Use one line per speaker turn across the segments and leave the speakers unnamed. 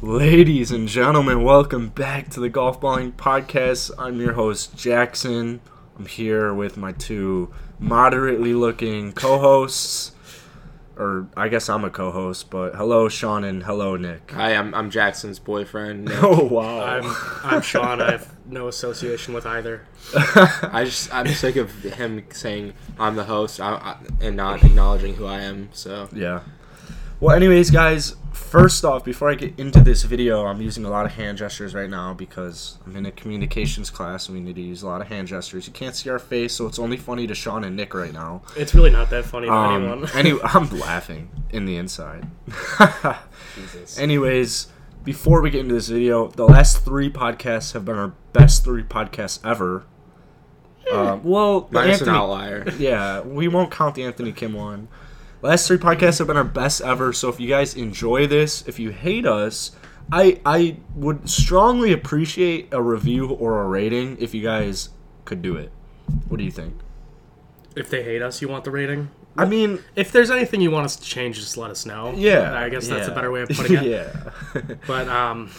Ladies and gentlemen, welcome back to the Golf Balling Podcast. I'm your host, Jackson. I'm here with my two moderately looking co hosts. Or I guess I'm a co host, but hello, Sean, and hello, Nick.
Hi, I'm, I'm Jackson's boyfriend. Nick.
Oh, wow.
I'm I'm Sean. I have no association with either.
I just I'm sick of him saying I'm the host I, I, and not acknowledging who I am. So
Yeah. Well, anyways, guys, first off, before I get into this video, I'm using a lot of hand gestures right now because I'm in a communications class and we need to use a lot of hand gestures. You can't see our face, so it's only funny to Sean and Nick right now.
It's really not that funny to
Um,
anyone.
anyway, I'm laughing in the inside. Anyways, before we get into this video, the last three podcasts have been our best three podcasts ever. Uh, well, the
minus an
Anthony,
outlier.
yeah, we won't count the Anthony Kim one. Last three podcasts have been our best ever. So if you guys enjoy this, if you hate us, I I would strongly appreciate a review or a rating if you guys could do it. What do you think?
if they hate us, you want the rating.
I mean,
If there's anything you want us to change, just let us know.
yeah.
I guess that's
yeah.
a better way of putting it.
yeah.
But um,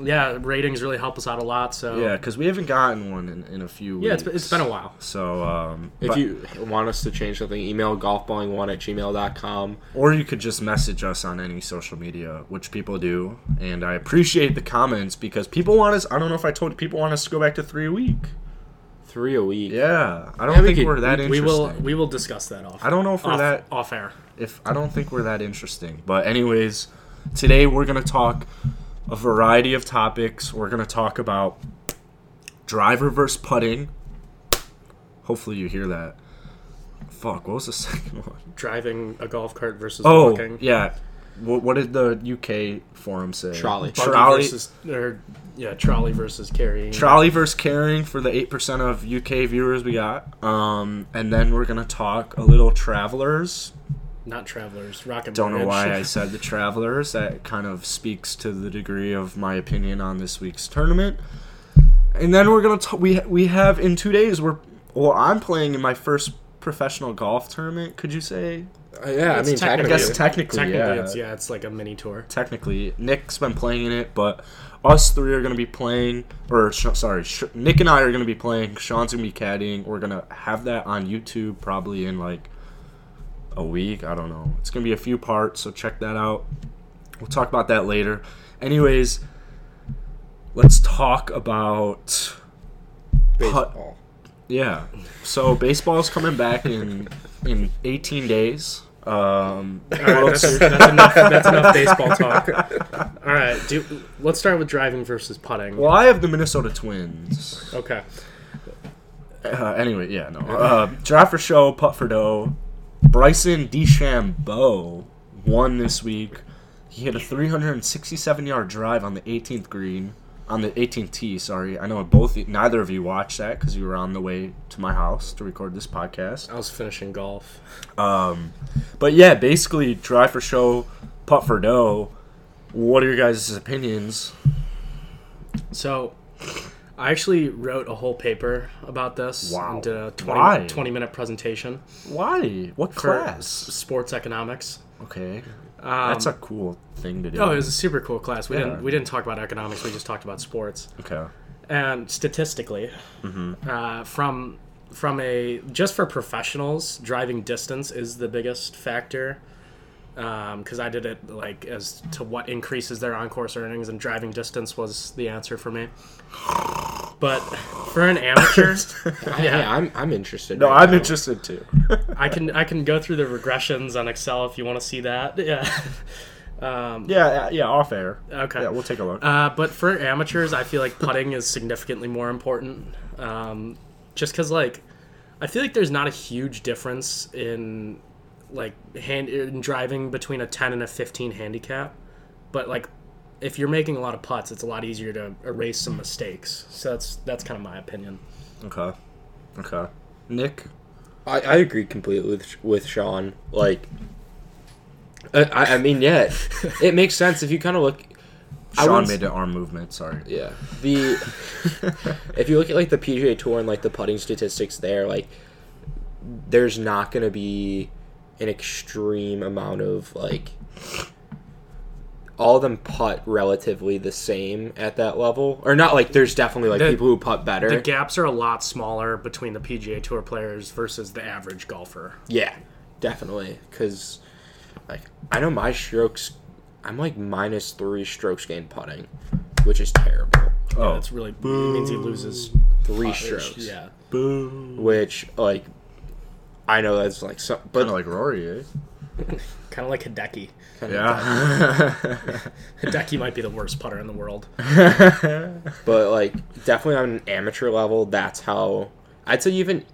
yeah, ratings really help us out a lot. So
Yeah, because we haven't gotten one in, in a few weeks.
Yeah, it's been- it's been a while.
So, um,
If
but-
you want us to change something, email golfballing1 at gmail.com.
or you could just message us on any social media, which people do, and I appreciate the comments because people want us. I don't know if I told you, people want us to go back to three a week.
Three a week.
Yeah, I don't
Yeah, we
think
could-
we, are that
we
interesting.
will we will discuss that off.
I don't know if we're
off,
that
off air.
if I don't think we're that interesting. But anyways, today we're gonna talk a variety of topics. We're gonna talk about driver versus putting. Hopefully you hear that. Fuck, what was the second one?
Driving a golf cart versus
Oh,
walking.
yeah. What, what did the UK forum say?
Trolley.
Buggy
Trolley.
versus or yeah, trolley versus carrying.
Trolley versus carrying for the eight percent of UK viewers we got, um, and then we're gonna talk a little travelers.
not travelers. Rocket.
Don't know
mortgage.
why I said the travelers. That kind of speaks to the degree of my opinion on this week's tournament. And then we're gonna t- we we have in two days we're well I'm playing in my first professional golf tournament. Could you say?
Uh, yeah I
It's
mean,
I
technically-
technically.
guess technically,
Technically,
yeah.
it's yeah, it's like a mini tour.
technically Nick's been playing in it, but us three are going to be playing, or sh- sorry, sh- Nick and I are going to be playing. Sean's going to be caddying. We're going to have that on YouTube probably in like a week. I don't know. It's going to be a few parts, so check that out. We'll talk about that later. Anyways, let's talk about
baseball.
yeah. So baseball's coming back in in 18 days. Um,
All right, that's, that's enough, that's enough baseball talk. All right, do, let's start with driving versus putting.
well, I have the Minnesota Twins.
Okay.
Uh, anyway, yeah, no. Uh, draft for show, putt for dough. Bryson DeChambeau won this week. He hit a 367 yard drive on the 18th green, on the 18th tee. Sorry, I know both neither of you watched that because you were on the way to my house to record this podcast.
I was finishing golf.
But yeah, basically, drive for show, putt for dough. What are your guys' opinions?
So, I actually wrote a whole paper about this
Wow.
and did a
Why?
20, 20 minute presentation
Why? What
for
class? Um,
sports economics.
Okay, that's a cool thing to do.
Oh, it was a super cool class. We
Yeah.
didn't we didn't talk about economics. We just talked about sports.
okay.
and statistically uh, from from a just for professionals driving distance is the biggest factor because i did it like as to what increases their on-course earnings and driving distance was the answer for me but for an amateur
Hey, I'm, I'm interested.
No,
right
I'm
now.
interested too.
i can i can go through the regressions on excel if you want to see that yeah
Yeah, uh, yeah, off air.
Okay.
Yeah, we'll take a look.
Uh, but for amateurs, I feel like putting is significantly more important. Um, just because, like, I feel like there's not a huge difference in like hand in driving between a 10 and a 15 handicap, but like if you're making a lot of putts, it's a lot easier to erase some mistakes. So that's that's kind of my opinion.
okay. Okay. Nick?
I, I agree completely with, with Sean. Like, I- I, I mean, yeah, it makes sense if you kind of look. I
Sean
wouldn't-
made an arm movement, sorry.
Yeah. The if you look at like the PGA Tour and like the putting statistics there, like there's not going to be an extreme amount of like all of them putt relatively the same at that level, or not like there's definitely like
The-
people who putt better.
The gaps are a lot smaller between the PGA Tour players versus the average golfer.
yeah, definitely. Because like I know my strokes, I'm like minus three strokes gain putting, which is terrible.
Oh,
That's really means he loses
Three
putt-ish.
strokes.
Yeah.
boo.
Which like I know that's like some, but
Oh.
Kind of like Rory, eh?
Kind of like Hideki.
Yeah.
Hideki might be the worst putter in the world.
but like definitely on an amateur level that's how i'd say even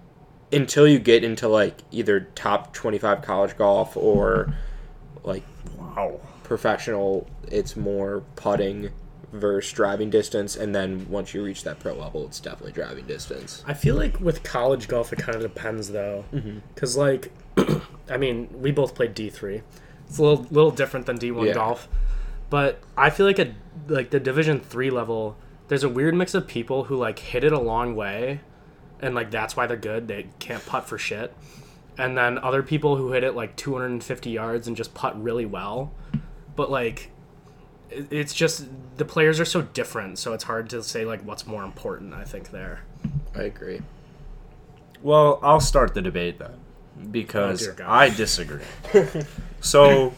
until you get into like either top 25 college golf or like
wow.
professional it's more putting versus driving distance and then once you reach that pro level it's definitely driving distance
I feel like with college golf, it kind of depends though, because like, I mean, we both played D three. It's a little little different than D one
Yeah.
golf, but I feel like a like the Division three level. There's a weird mix of people who like hit it a long way, and like that's why they're good. They can't putt for shit, and then other people who hit it like 250 yards and just putt really well, but like. it- It's just the players are so different, so it's hard to say like what's more important. I think there.
i agree
Well, I'll start the debate then
Oh,
because
dear God.
I disagree. so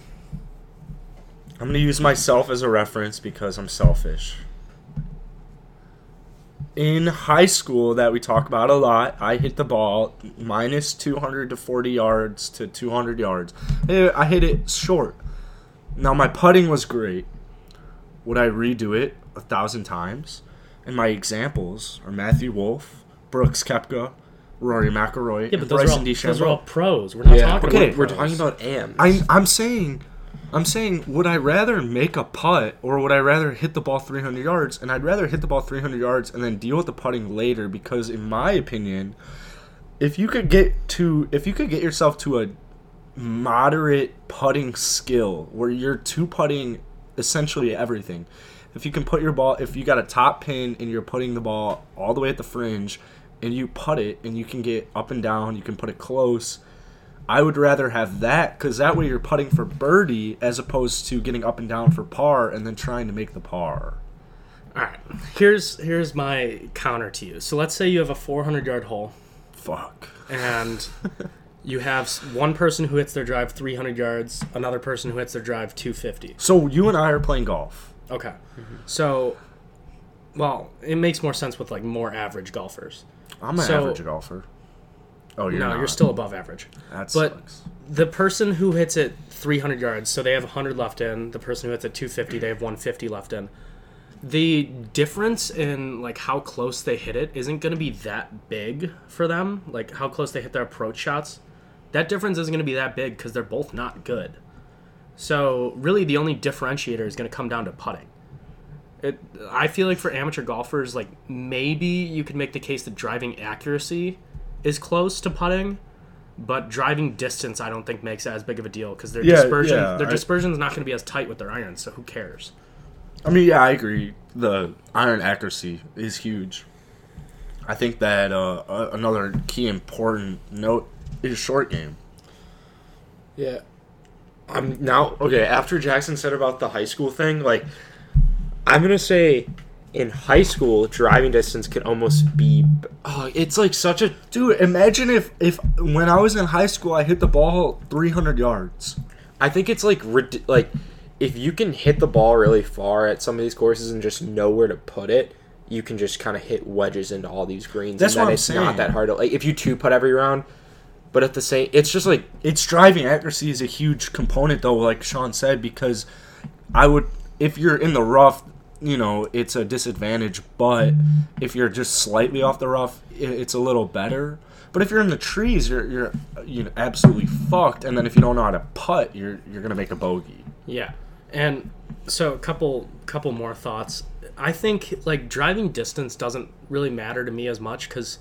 I'm going to use myself as a reference because I'm selfish. In high school, that we talk about a lot, I hit the ball minus 200 to 40 yards to 200 yards. Eh, I hit it short. Now, my putting was great. Would I redo it a thousand times? And my examples are Matthew Wolf, Brooks Kepka, Rory McIlroy,
Yeah,
and
but those are,
Bryson
all, those are
DeChambeau.
all pros. We're not talking
okay.
about
we're, we're
pros.
talking about am
I'm I'm saying I'm saying would I rather make a putt or would I rather hit the ball 300 yards and I'd rather hit the ball 300 yards and then deal with the putting later because in my opinion if you could get to if you could get yourself to a moderate putting skill where you're two putting essentially everything if you can put your ball if you got a top pin and you're putting the ball all the way at the fringe and you putt it and you can get up and down you can put it close I would rather have that because that way you're putting for birdie as opposed to getting up and down for par and then trying to make the par.
All right, here's here's my counter to you. So let's say you have a 400 yard hole,
Fuck.
and you have s- one person who hits their drive 300 yards, another person who hits their drive 250.
So you and I are playing golf.
Okay, so well, it makes more sense with like more average golfers.
I'm an
So-
average golfer. Oh, you're
No,
not.
you're still above average.
That
but-
sucks.
the person who hits it 300 yards, so they have 100 left in. The person who hits it 250, they have 150 left in. The difference in like how close they hit it isn't going to be that big for them. Like how close they hit their approach shots, that difference isn't going to be that big because they're both not good. So really, the only differentiator is going to come down to putting. It, I feel like for amateur golfers, like maybe you could make the case that driving accuracy is close to putting, but driving distance I don't think makes as big of a deal because their
Yeah,
dispersion
yeah,
their
I-
dispersion's not going to be as tight with their irons, so who cares?
I mean, yeah, I agree. The iron accuracy is huge. I think that uh, a- another key important note is short game.
Yeah. I'm now okay, after Jackson said about the high school thing, like I'm gonna say in high school driving distance can almost be oh, it's like such a
Dude, imagine if, if when I was in high school, I hit the ball 300 yards.
I think it's like rid- like if you can hit the ball really far at some of these courses and just know where to put it, you can just kind of hit wedges into all these greens.
That's
and then
what I'm
it's
saying.
not that hard to like if you two putt every round. But at the same, it's just like
it's driving accuracy is a huge component though like sean said because i would if you're in the rough you know it's a disadvantage but if you're just slightly off the rough i- it's a little better but if you're in the trees you're you're you know absolutely fucked and then if you don't know how to putt you're you're gonna make a bogey
Yeah. And so a couple couple more thoughts. I think like driving distance doesn't really matter to me as much cuz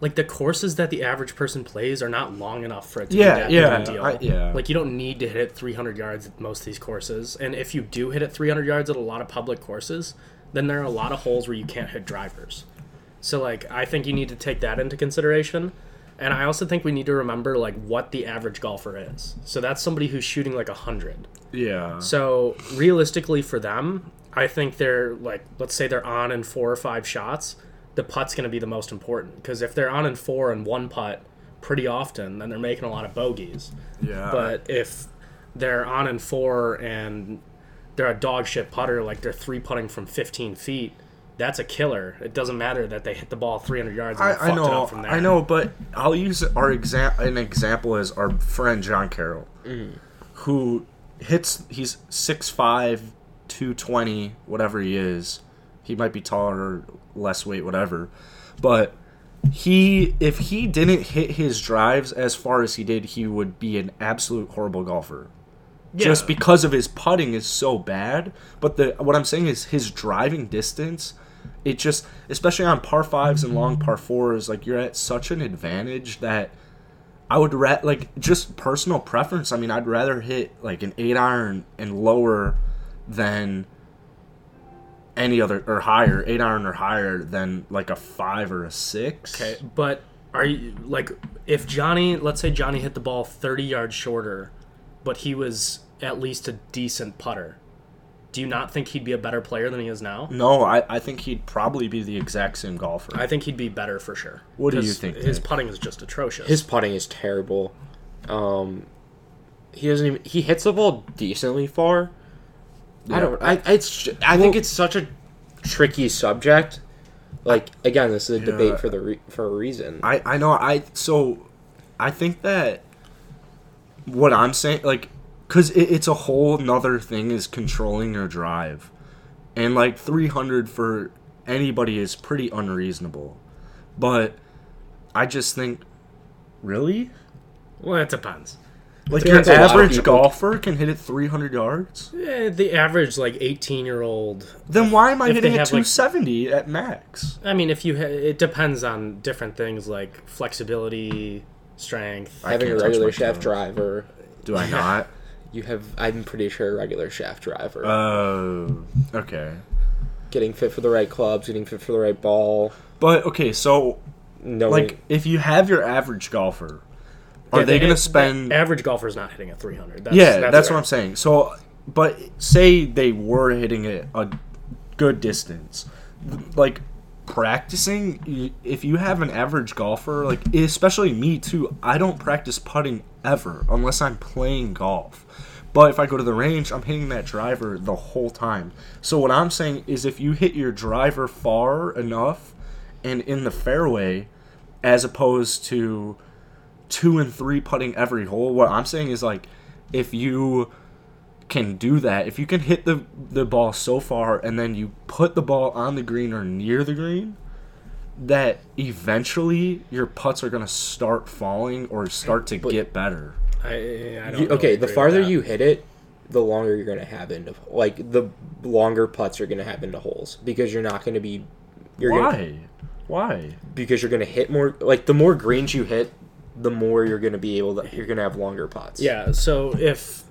like the courses that the average person plays are not long enough for it to
Yeah,
be that
yeah,
big a deal.
I- yeah.
Like you don't need to hit it 300 yards at most of these courses. And if you do hit it 300 yards at a lot of public courses, then there are a lot of holes where you can't hit drivers. So like I think you need to take that into consideration. And I also think we need to remember like what the average golfer is. So that's somebody who's shooting like 100.
Yeah.
So realistically for them, I think they're like let's say they're on in four or five shots, the putt's going to be the most important because if they're on in four and one putt pretty often, then they're making a lot of bogeys.
yeah.
But if they're on in four and they're a dog shit putter, like they're three putting from 15 feet, that's a killer. It doesn't matter that they hit the ball 300 yards and they
I, I
fucked it
know,
up from there.
I know, but I'll use our exa- an example as our friend John Carroll,
Mm.
who hits. He's 6'5", 220, whatever he is. He might be taller, or less weight, whatever. But he, if he didn't hit his drives as far as he did, he would be an absolute horrible golfer. Just because of his putting is so bad, but the what I'm saying is his driving distance it just especially on par fives and long par fours like you're at such an advantage that i would ra- like just personal preference i mean i'd rather hit like an eight iron and lower than any other or higher eight iron or higher than like a five or a six
Okay, but are you like if Johnny, let's say Johnny hit the ball 30 yards shorter, but he was at least a decent putter. Do you not think he'd be a better player than he is now?
no I, I think he'd probably be the exact same golfer
I think he'd be better for sure.
What do you
'Cause
think,
His
Nick?
putting is just atrocious.
His putting is terrible. Um, he doesn't even he hits the ball decently far. I don't. I it's. ju- I think it's such a tricky subject. Like again, this is a
Yeah.
debate for the re- for a reason.
I I know I so I think that what I'm saying like because it, it's a whole nother thing is controlling your drive and like 300 for anybody is pretty unreasonable but I just think really
well, it depends.
like
Depends
your
on a lot of
average
people.
golfer can hit it 300 yards
Eh, the average like 18 year old.
then why am I
If they
hitting it
have, like-
270 at max
I mean, if you ha- it depends on different things like flexibility, strength.
Having a
can't touch my
regular shaft
toes.
drive, or
do I not
you have. I'm pretty sure a regular shaft drive, or
oh okay
getting fit for the right clubs, getting fit for the right ball.
but okay so
No,
like if you have your average golfer are
Yeah,
they
the-
going
the
to spend
average golfer's not hitting a 300. That's,
yeah that's,
fair.
what i'm saying so but say they were hitting it a good distance like practicing y- if you have an average golfer like especially me too i don't practice putting ever unless i'm playing golf but if i go to the range i'm hitting that driver the whole time so what i'm saying is if you hit your driver far enough and in the fairway as opposed to two and three putting every hole. What I'm saying is like if you can do that, if you can hit the the ball so far and then you put the ball on the green or near the green, that eventually your putts are gonna start falling or start to get better.
I, I don't
You- okay,
really
the
agree with
farther
that.
you hit it, the longer you're gonna have into like the longer putts are gonna have into holes because you're not gonna be you're gonna,
Why? Why?
because you're gonna hit more like the more greens you hit, the more you're gonna be able to you're gonna have longer putts.
Yeah, so if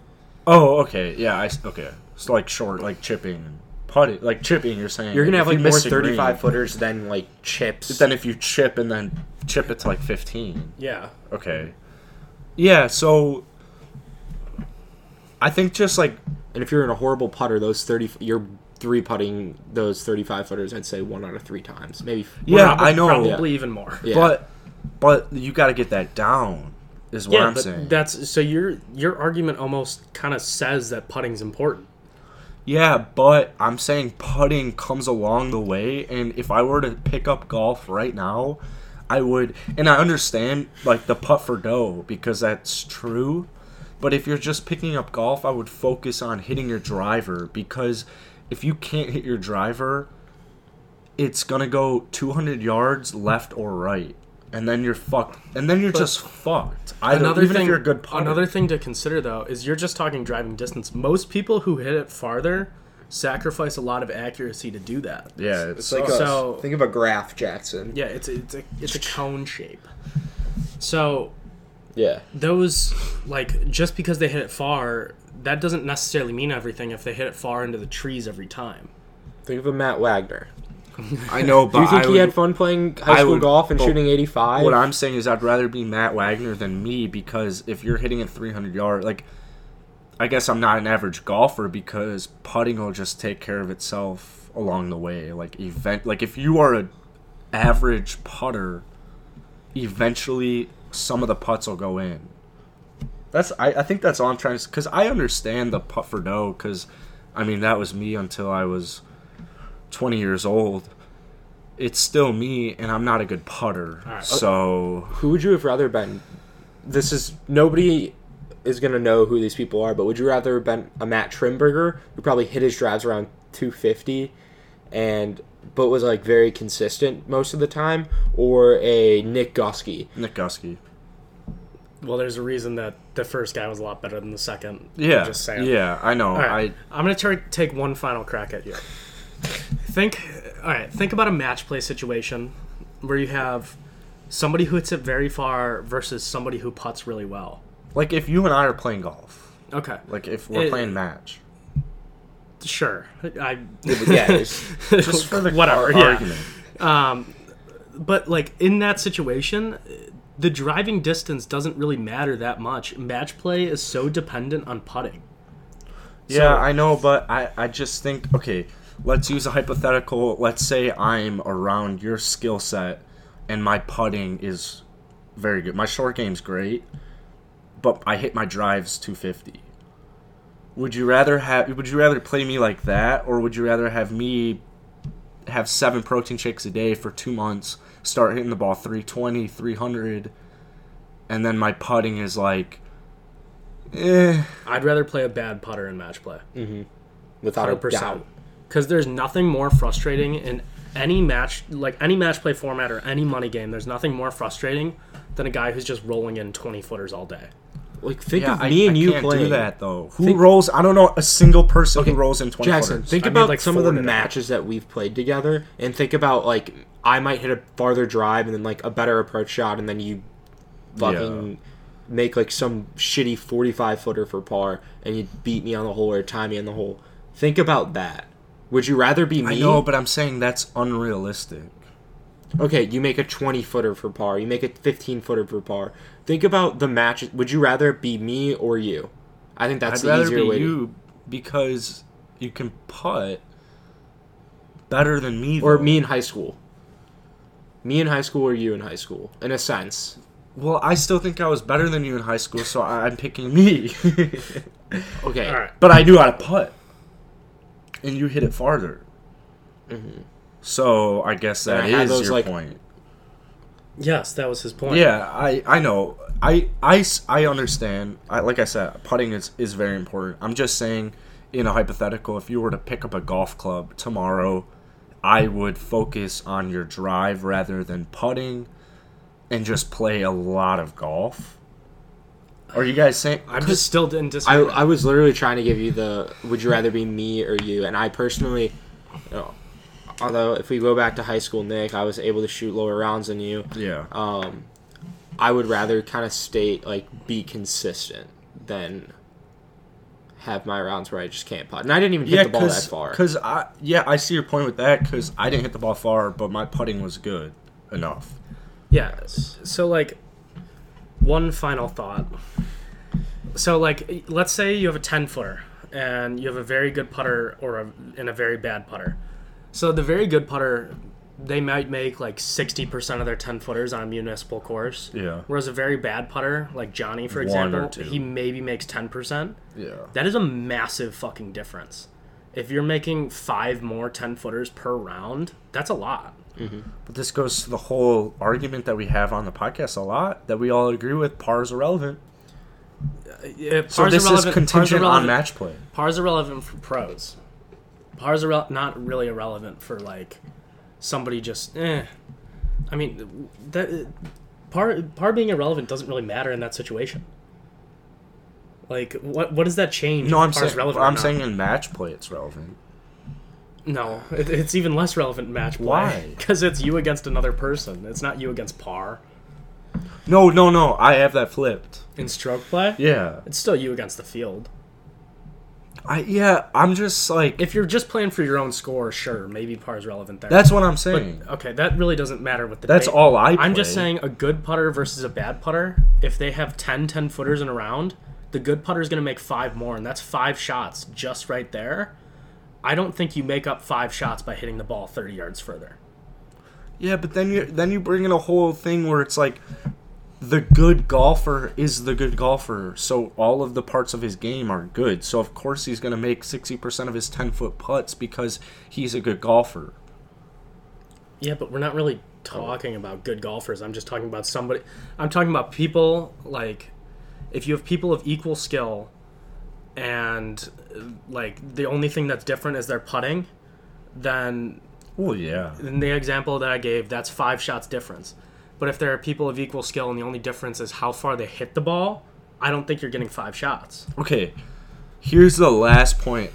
Oh, okay. Yeah, I s- okay. It's like short, like chipping, putting, like chipping. You're saying
You're gonna
if
have
you
like more
miss a green,
thirty five footers than like chips.
Then if you chip and then chip it to like 15.
yeah,
Okay. Yeah, so I think just like
and if you're in a horrible putter, those thirty you're three putting those thirty five footers, I'd say one out of three times. Maybe
yeah, I know,
probably even more.
Yeah.
but but you got to get that down is what
Yeah,
I'm
but
saying.
that's so your your argument almost kind of says that putting's important.
yeah, but I'm saying putting comes along the way, and if I were to pick up golf right now, I would, and I understand like the putt for dough because that's true. But if you're just picking up golf, I would focus on hitting your driver because if you can't hit your driver, it's gonna go 200 yards left or right, and then you're fucked, and then you're just fucked. I don't, even if you're a good putter.
another thing to consider though is you're just talking driving distance. Most people who hit it farther sacrifice a lot of accuracy to do that.
yeah, it's, like
a- So-
think of a graph, Jackson.
Yeah, it's it's a it's a cone shape. So
Yeah.
those like just because they hit it far, that doesn't necessarily mean everything if they hit it far into the trees every time.
Think of a Matt Wagner.
I know, but
Do you think
I
he
would-
had fun playing high
I
school
would-
golf and
but
shooting 85?
What I'm saying is, I'd rather be Matt Wagner than me because if you're hitting a 300 yard, like, I guess I'm not an average golfer because putting will just take care of itself along the way. Like event, like if you are an average putter, eventually some of the putts will go in. That's I, I think that's all I'm trying to because I understand the putt for no because I mean that was me until I was 20 years old. It's still me, and I'm not a good putter.
right.
So
Who would you have rather been? This is nobody is gonna know who these people are, but would you rather have been a Matt Trimberger who probably hit his drives around 250, and but was like very consistent most of the time, or a Nick Goski?
Nick Gusky,
Well, there's a reason that the first guy was a lot better than the second.
yeah,
Just saying.
yeah, I know.
All right, I, am gonna try take one final crack at you. think, all right. Think about a match play situation where you have somebody who hits it very far versus somebody who puts really well.
I like if you and I are playing golf,
Okay,
like if we're
It-
playing match,
sure. I
Yeah, it's-
just for the
whatever.
ar-
yeah.
argument.
but like in that situation the driving distance doesn't really matter that much match play is so dependent on putting
Yeah, I know, but I, I just think okay, let's use a hypothetical. Let's say I'm around your skill set and my putting is very good. My short game's great, but I hit my drives 250. Would you rather have would you rather play me like that or would you rather have me have seven protein shakes a day for 2 months, start hitting the ball 320, 300 and then my putting is like eh
i'd rather play a bad putter in match play
without a
100%
doubt.
because there's nothing more frustrating in any match like any match play format or any money game there's nothing more frustrating than a guy who's just rolling in 20 footers all day
Like think
Yeah,
of
I-
me and
I
you
can't
playing
do that though. Who
Think-
rolls? I don't know a single person who rolls in twenty
Jackson,
footers.
think
I made,
about
like,
some of the
four today.
matches that we've played together, and think about like I might hit a farther drive and then like a better approach shot, and then you fucking make like some shitty forty-five footer for par, and you beat me on the hole or tie me on the hole. Think about that. Would you rather be
I
me?
know, but I'm saying that's unrealistic.
okay, you make a twenty footer for par. You make a fifteen footer for par. Think about the matches. Would you rather be me or you? I think that's
I'd
the
rather
easier
be
way. to
you because you can putt better than me.
or
though.
me in high school. Me in high school or you in high school, in a sense.
Well, I still think I was better than you in high school, so I, I'm picking me.
Okay.
all right
but I knew how to putt, and you hit it farther. So I guess
Mm-hmm. And
that
I
is
had those,
your
like-
point.
yes that was his point
Yeah, I I know. I I s- I understand. I, like I said, putting is is very important. I'm just saying, in a hypothetical, if you were to pick up a golf club tomorrow, I would focus on your drive rather than putting, and just play a lot of golf. Are you guys saying?
i'm just still in
I,
disagreement
I was literally trying to give you the would you rather be me or you, and I personally, you know, although if we go back to high school, Nick, I was able to shoot lower rounds than you.
yeah.
Um, I would rather kind of stay like be consistent than have my rounds where I just can't putt, and I didn't even hit
yeah,
the ball that
cause,
far.
'cause I yeah I see your point with that because I didn't hit the ball far, but my putting was good enough.
Yeah. So like one final thought. So like let's say you have a 10 footer and you have a very good putter or a, and a very bad putter. So the very good putter they might make like 60% of their 10 footers on a municipal course.
Yeah.
Whereas a very bad putter like Johnny for
One or
example,
two.
he maybe makes 10%.
Yeah.
That is a massive fucking difference. If you're making 5 more 10 footers per round, that's a lot.
But this goes to the whole argument that we have on the podcast a lot that we all agree with pars irrelevant.
If
So
pars
this
are
is
relevant- pars are
contingent on
relevant-
match play.
Pars are relevant for pros. Pars are rel- not really irrelevant for like somebody just. Eh. I mean, that par par being irrelevant doesn't really matter in that situation. Like, what what does that change?
No,
if
I'm
par's
saying
relevant or
I'm
not?
saying in match play it's relevant.
no. It, it's even less relevant in match play.
Why?
Because it's you against another person. It's not you against par
No, no, no. I have that flipped.
in stroke play.
Yeah.
It's still you against the field.
I yeah, I'm just like
If you're just playing for your own score, sure, maybe par's relevant there.
that's what I'm saying.
okay, that really doesn't matter with the
That's
debate.
all I
I'm just
play.
saying a good putter versus a bad putter, if they have 10 10 footers in a round, the good putter is going to make five more, and that's five shots just right there. I don't think you make up five shots by hitting the ball 30 yards further.
Yeah, but then you then you bring in a whole thing where it's like the good golfer is the good golfer, so all of the parts of his game are good. So of course he's going to make sixty percent of his ten foot putts because he's a good golfer.
Yeah, but we're not really talking about good golfers. I'm just talking about somebody. I'm talking about people like if you have people of equal skill and uh, like the only thing that's different is their putting, then
Well, yeah,
in the example that I gave, that's five shots difference. But if there are people of equal skill and the only difference is how far they hit the ball, I don't think you're getting five shots.
Okay, here's the last point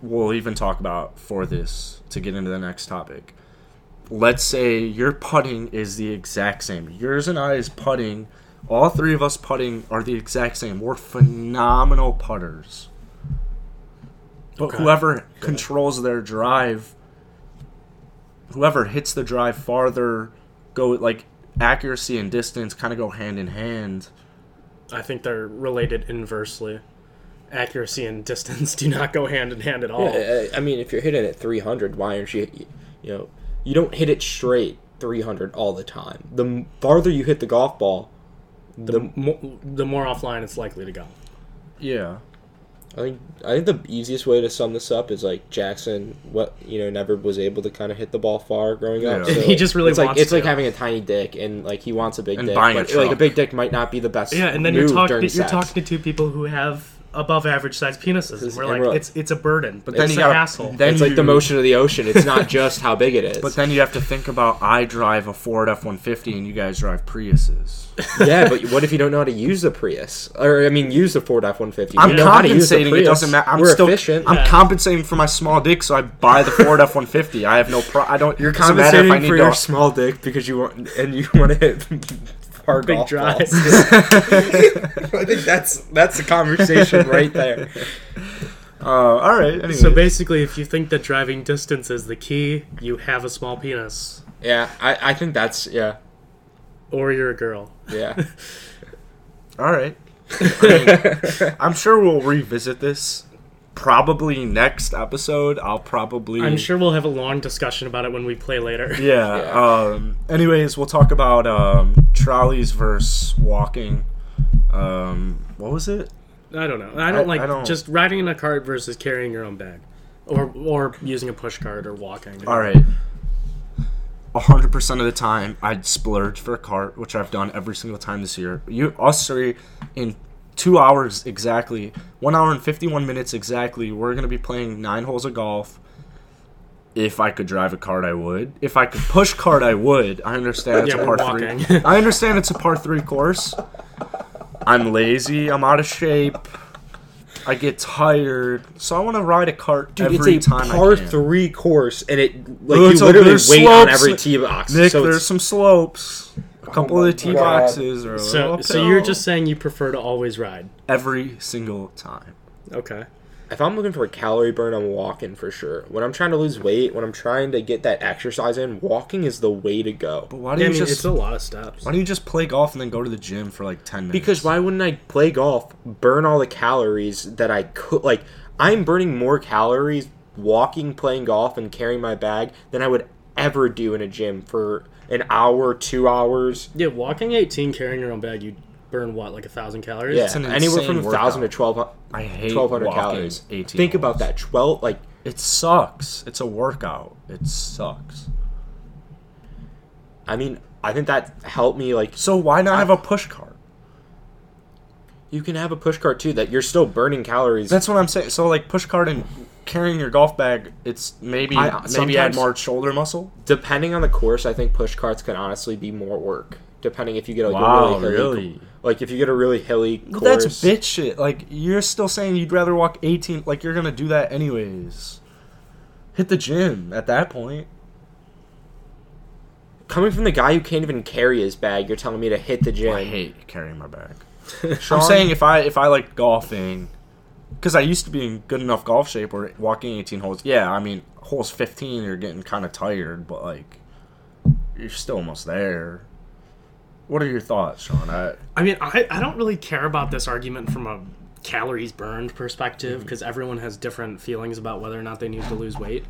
we'll even talk about for this to get into the next topic. Let's say your putting is the exact same. Yours and I is putting. All three of us putting are the exact same. We're phenomenal putters. But
Okay.
whoever controls their drive, whoever hits the drive farther, go like accuracy and distance kind of go hand in hand.
I think they're related inversely. Accuracy and distance do not go hand in hand at all.
I, I mean, if you're hitting it 300, why aren't you, you know, you don't hit it straight 300 all the time. The m- farther you hit the golf ball, the,
Mo- the more offline it's likely to go.
Yeah.
I think I think the easiest way to sum this up is like Jackson, what you know, never was able to kind of hit the ball far growing up.
Yeah.
so
He just really
it's like
wants
it's like
to.
having a tiny dick, and like he wants a big
And
dick,
buying a
but, like a
truck.
big dick might not be the best.
Yeah, and then you're
move
talking
during
you're
sex.
talking to two people who have above average sized penises. And we're
and
like,
we're like-
it's it's a burden. But
then
it's
you
a
gotta-
hassle.
then
It's like
you-
the motion of the ocean. It's not just how big it is.
But then you have to think about I drive a Ford F one fifty and you guys drive Priuses.
yeah, but what if you don't know how to use the Prius? Or I mean, use the Ford F one fifty.
I'm compensating. It doesn't matter. I'm
We're
still.
efficient.
I'm
Yeah.
compensating for my small dick, so I buy the Ford F one fifty. I have no pro. I don't.
You're
doesn't matter if
compensating
I need
for
to-
your small dick because you want and you want to hit far
Big
golf
drives.
balls. I think that's that's the conversation right there.
Uh, all right. Anyway.
so basically if you think that driving distance is the key, you have a small penis.
Yeah, I, I think that's yeah
Or you're a girl.
yeah.
all right. I'm sure we'll revisit this. Probably next episode. I'll probably.
I'm sure we'll have a long discussion about it when we play later.
Yeah.
Yeah.
Um, anyways, we'll talk about um, trolleys versus walking. Um, what was it?
I don't know. I don't
I-
like
I don't-
just riding in a cart versus carrying your own bag. Or or using a push cart or walking.
All right. 100% of the time, I'd splurge for a cart, which I've done every single time this year. You, us three, in two hours exactly, one hour and 51 minutes exactly, we're going to be playing nine holes of golf. If I could drive a cart, I would. If I could push cart, I would. I understand it's
Yeah,
a
we're
par three.
walking.
I understand it's a par three course. I'm lazy. I'm out of shape. I get tired, so I want to ride a cart every
it's a
time.
par
I can.
three course, and it like
Oh,
you
it's a-
literally wait
there's
on
slopes.
every tee box.
Nick,
so
there's
it's,
some slopes. A couple of the tee
God.
boxes are a
So
little
so you're
uphill.
just saying you prefer to always ride.
every single time.
Okay.
if I'm looking for a calorie burn, I'm walking for sure. When I'm trying to lose weight, when I'm trying to get that exercise in, walking is the way to go.
But why do
Yeah, I
you
mean
just
it's a lot of steps.
why do you just play golf and then go to the gym for like ten minutes?
Because why wouldn't I play golf, burn all the calories that I could? Like, I'm burning more calories walking, playing golf, and carrying my bag than I would ever do in a gym for an hour, two hours.
Yeah, walking 18, carrying your own bag, you burn what, like a thousand calories?
Yeah,
It's an
anywhere from
insane
1,000 to
workout.
1,200
I hate
1,200
walking
calories.
18
Think about
holes.
that. 12, like,
It sucks. It's a workout. It sucks.
I mean, I think that helped me. Like,
So why not have a push cart?
you can have a push cart too, that you're still burning calories.
That's what I'm saying. So like push cart and carrying your golf bag, it's maybe
I-
maybe add
sometimes-
more shoulder muscle.
depending on the course, I think push carts can honestly be more work. Depending if you get like
Wow,
a really, hilly,
really?
like if you get a really hilly course.
But that's bitch shit. Like you're still saying you'd rather walk 18. Like you're gonna do that anyways. Hit the gym at that point.
Coming from the guy who can't even carry his bag, you're telling me to hit the gym.
I hate carrying my bag. I'm saying if I if I like golfing, because I used to be in good enough golf shape where walking 18 holes, yeah, I mean, holes 15, you're getting kind of tired, but like, you're still almost there. What are your thoughts, Sean? I,
I mean, I, I don't really care about this argument from a calories burned perspective
Mm-hmm.
because everyone has different feelings about whether or not they need to lose weight.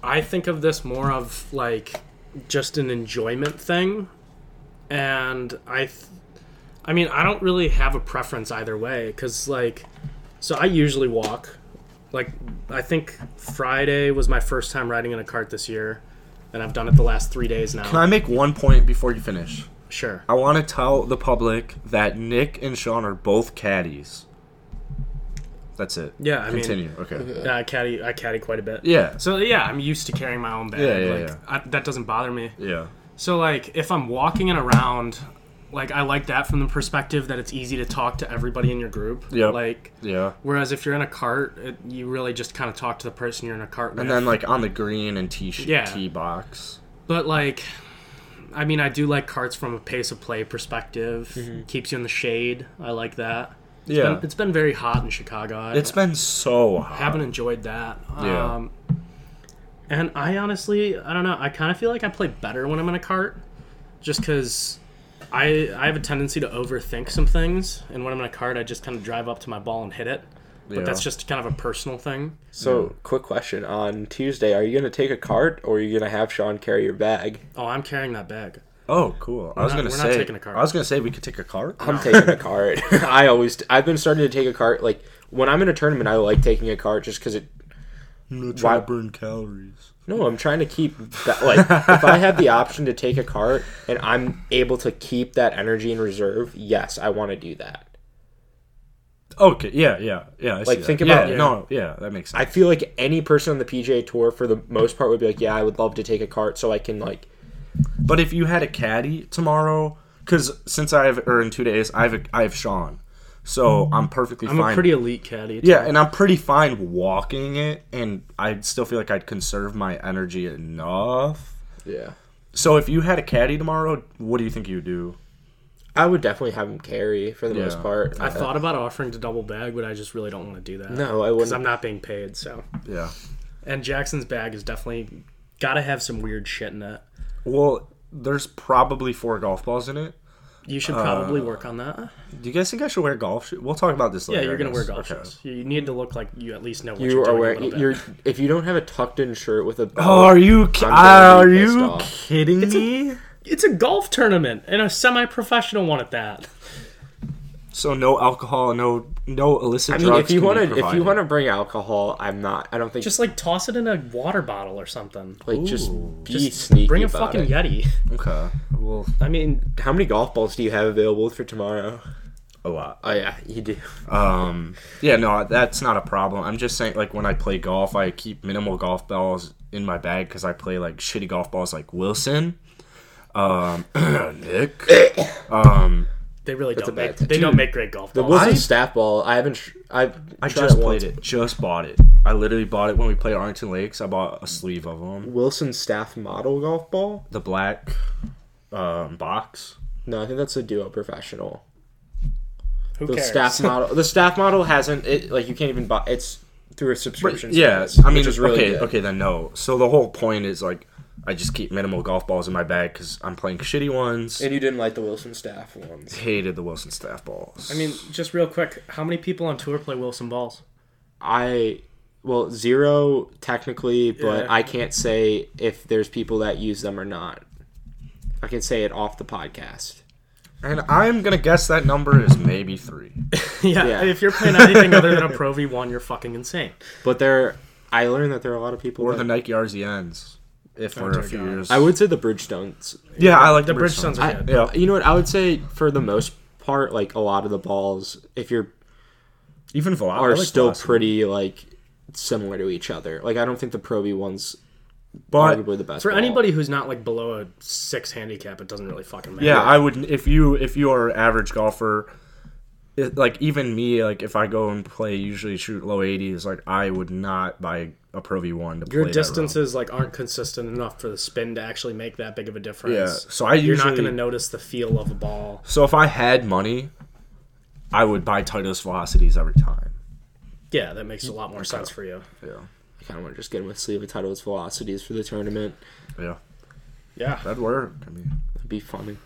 I think of this more of like just an enjoyment thing. And I, th- I mean, I don't really have a preference either way because, like, so I usually walk. Like, I think Friday was my first time riding in a cart this year, and I've done it the last three days now.
can I make one point before you finish?
sure.
I want to tell the public that Nick and Sean are both caddies. That's it.
Yeah, I mean- uh,
Continue. okay.
Yeah, I caddy. I caddy quite a bit.
Yeah.
So yeah, I'm used to carrying my own bag.
Yeah, yeah,
like,
yeah.
I, that doesn't bother me.
Yeah.
So like, if I'm walking it around, like I like that from the perspective that it's easy to talk to everybody in your group.
Yep.
Like,
Yeah.
whereas if you're in a cart, it, you really just kind of talk to the person you're in a cart with.
And then like on the green and tee sh-
Yeah.
tee box.
but like, I mean, I do like carts from a pace of play perspective. Keeps you in the shade. I like that.
Mm-hmm. Yeah.
It's been very hot in Chicago. I-
It's been so hot.
haven't enjoyed that.
Yeah.
Um, and I honestly, I don't know. I kind of feel like I play better when I'm in a cart, just because I I have a tendency to overthink some things, and when I'm in a cart, I just kind of drive up to my ball and hit it. But
Yeah.
that's just kind of a personal thing.
So, quick question: On Tuesday, are you gonna take a cart or are you gonna have Sean carry your bag?
Oh, I'm carrying that bag.
Oh, cool. I was
not-
gonna
we're not
say.
taking a cart.
I was gonna say we could take a cart.
I'm taking a cart. I always, I've been starting to take a cart. Like when I'm in a tournament, I like taking a cart just because it. try to Why-
burn calories.
No, I'm trying to keep that. Like if I have the option to take a cart and I'm able to keep that energy in reserve, yes, I want to do that.
Okay. Yeah. Yeah. Yeah. I see
Like,
that.
think about-
Yeah, No. Yeah. That makes sense.
I feel like any person on the PGA Tour, for the most part, would be like, "Yeah, I would love to take a cart so I can like."
But if you had a caddy tomorrow, because since I have, or in two days, I have, a, I have Sean, so I'm perfectly
Mm-hmm. I'm
fine.
a pretty elite caddy. too.
yeah, and I'm pretty fine walking it, and I still feel like I'd conserve my energy enough.
Yeah.
So if you had a caddy tomorrow, what do you think you would do?
I would definitely have him carry for the most
Yeah.
part.
I thought about offering to double bag, but I just really don't want to do that.
No, I
because
wouldn't.
I'm not being paid. So,
Yeah.
and Jackson's bag is definitely got to have some weird shit in it.
Well, there's probably four golf balls in it.
You
Uh,
should probably work on that.
Do you guys think I should wear golf shoes? We'll talk about this
Yeah,
later.
you're
I
gonna wear
guess.
golf
Okay.
shoes. You need to look like you at least know what you
you
are
are
doing. a
wearing
little
you're
bit.
if you don't have a tucked in shirt with a belt,
Oh, are you ki-
gonna
are
be pissed
you
off.
kidding me?
It's a golf tournament and a semi-professional one at that.
So no alcohol, no no illicit
I mean,
drugs.
if you
want
want to if you want to bring alcohol, I'm not. I don't think
Just like toss it in a water bottle or something.
like just be
Just
sneaky.
bring a
about
fucking
it.
yeti.
okay, well,
I mean,
How many golf balls do you have available for tomorrow?
a lot.
Oh yeah, you do.
Um, yeah, no, that's not a problem. I'm just saying, like when I play golf, I keep minimal golf balls in my bag because I play like shitty golf balls, like Wilson, um, Nick.
they really don't
a bad
make
thing.
they don't make great golf
The
balls.
Wilson staff ball. I haven't. Sh- I've
I
tried
just
it
played
once.
it. Just bought it. I literally bought it when we played Arlington Lakes. I bought a sleeve of them.
Wilson staff model golf ball.
The black um, box.
No, I think that's a duo professional.
Who
The
cares?
staff model. The staff model hasn't. It like you can't even buy. It's through a subscription.
Yeah,
service,
I mean,
which is really
okay,
good.
okay, then no. So the whole point is like, I just keep minimal golf balls in my bag because I'm playing shitty ones.
And you didn't like the Wilson staff ones.
Hated the Wilson staff balls.
I mean, just real quick, how many people on tour play Wilson balls?
I well zero technically, but
Yeah.
I can't say if there's people that use them or not. I can say it off the podcast.
and I'm gonna guess that number is maybe three.
yeah,
Yeah.
if you're playing anything other than a Pro V one, you're fucking insane.
But there, I learned that there are a lot of people.
Or the
that-
Nike RZNs, if we're
dear
a few
God.
years.
I would say the Bridgestones.
Yeah, I like
The
the
Bridgestones
Bridgestones.
are
I,
good.
Yeah.
You know what? I would say for the most part, like a lot of the balls, if you're
Even Velocity
are still pretty like similar to each other. Like I don't think the Pro V ones
But
arguably the best
For
ball.
anybody who's not like below a six handicap, it doesn't really fucking matter.
yeah, I would. If you if you are an average golfer, it, like even me, like if I go and play, usually shoot low 80s. Like I would not buy a Pro V one to
your
play that round.
distances like aren't consistent enough for the spin to actually make that big of a difference.
Yeah, so I
you're not
usually-
going to notice the feel of a ball.
So if I had money, I would buy Titleist Velocities every time.
Yeah, that makes a lot more sense for you.
Yeah.
I kind of want to just get him with Sleeve Title's velocities for the tournament.
Yeah.
Yeah.
That'd work. I mean,
That'd be funny.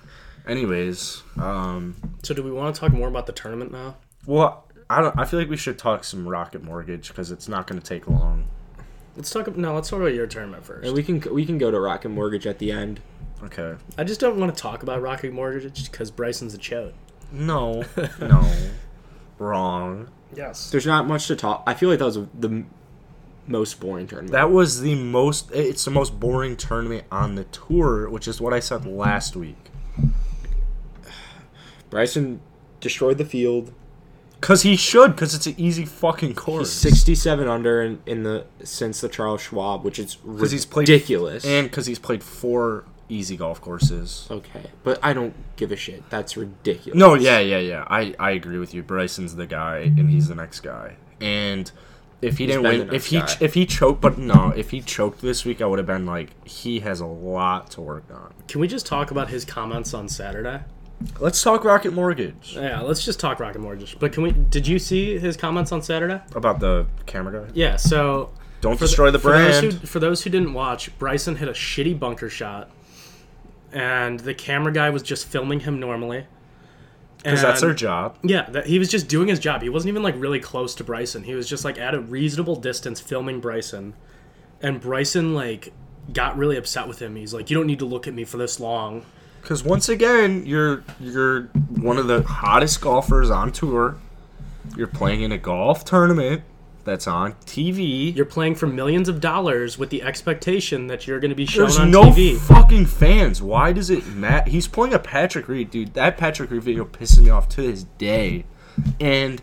anyways, um,
So do we want to talk more about the tournament now?
well, I don't. I feel like we should talk some Rocket Mortgage because it's not going to take long.
Let's talk. No, let's talk about your tournament first.
And we can we can go to Rock and Mortgage at the end.
Okay.
I just don't want to talk about Rocket Mortgage because Bryson's a chode.
No. no. Wrong.
Yes.
There's not much to talk. I feel like that was the m- most boring tournament.
That was the most. It's the most boring tournament on the tour, which is what I said last week.
Bryson destroyed the field.
Cause he should, cause it's an easy fucking course.
He's 67 under in, in the since the Charles Schwab, which is
Cause he's played
ridiculous.
and cause he's played four easy golf courses.
okay, but I don't give a shit. That's ridiculous.
No, yeah, yeah, yeah. I I agree with you. Bryson's the guy, and he's the next guy. And if he didn't
been the
win, if
next
he
guy.
if he choked, but no, if he choked this week, I would have been like, he has a lot to work on.
Can we just talk about his comments on Saturday?
Let's talk Rocket Mortgage
Yeah, let's just talk Rocket Mortgage. But can we? Did you see his comments on Saturday?
about the camera guy.
Yeah. So
Don't destroy the
for those, who,
brand.
for those who didn't watch, Bryson hit a shitty bunker shot, and the camera guy was just filming him normally.
Because that's
And-
their job.
Yeah, that, he was just doing his job. He wasn't even like really close to Bryson. He was just like at a reasonable distance filming Bryson, and Bryson like got really upset with him. He's like, "You don't need to look at me for this long."
Because once again, you're you're one of the hottest golfers on tour. You're playing in a golf tournament that's on TV.
You're playing for millions of dollars with the expectation that you're going to be shown
There's
on
no
TV.
fucking fans. Why does it matter? He's playing a Patrick Reed, dude. That Patrick Reed video pisses me off to this day, and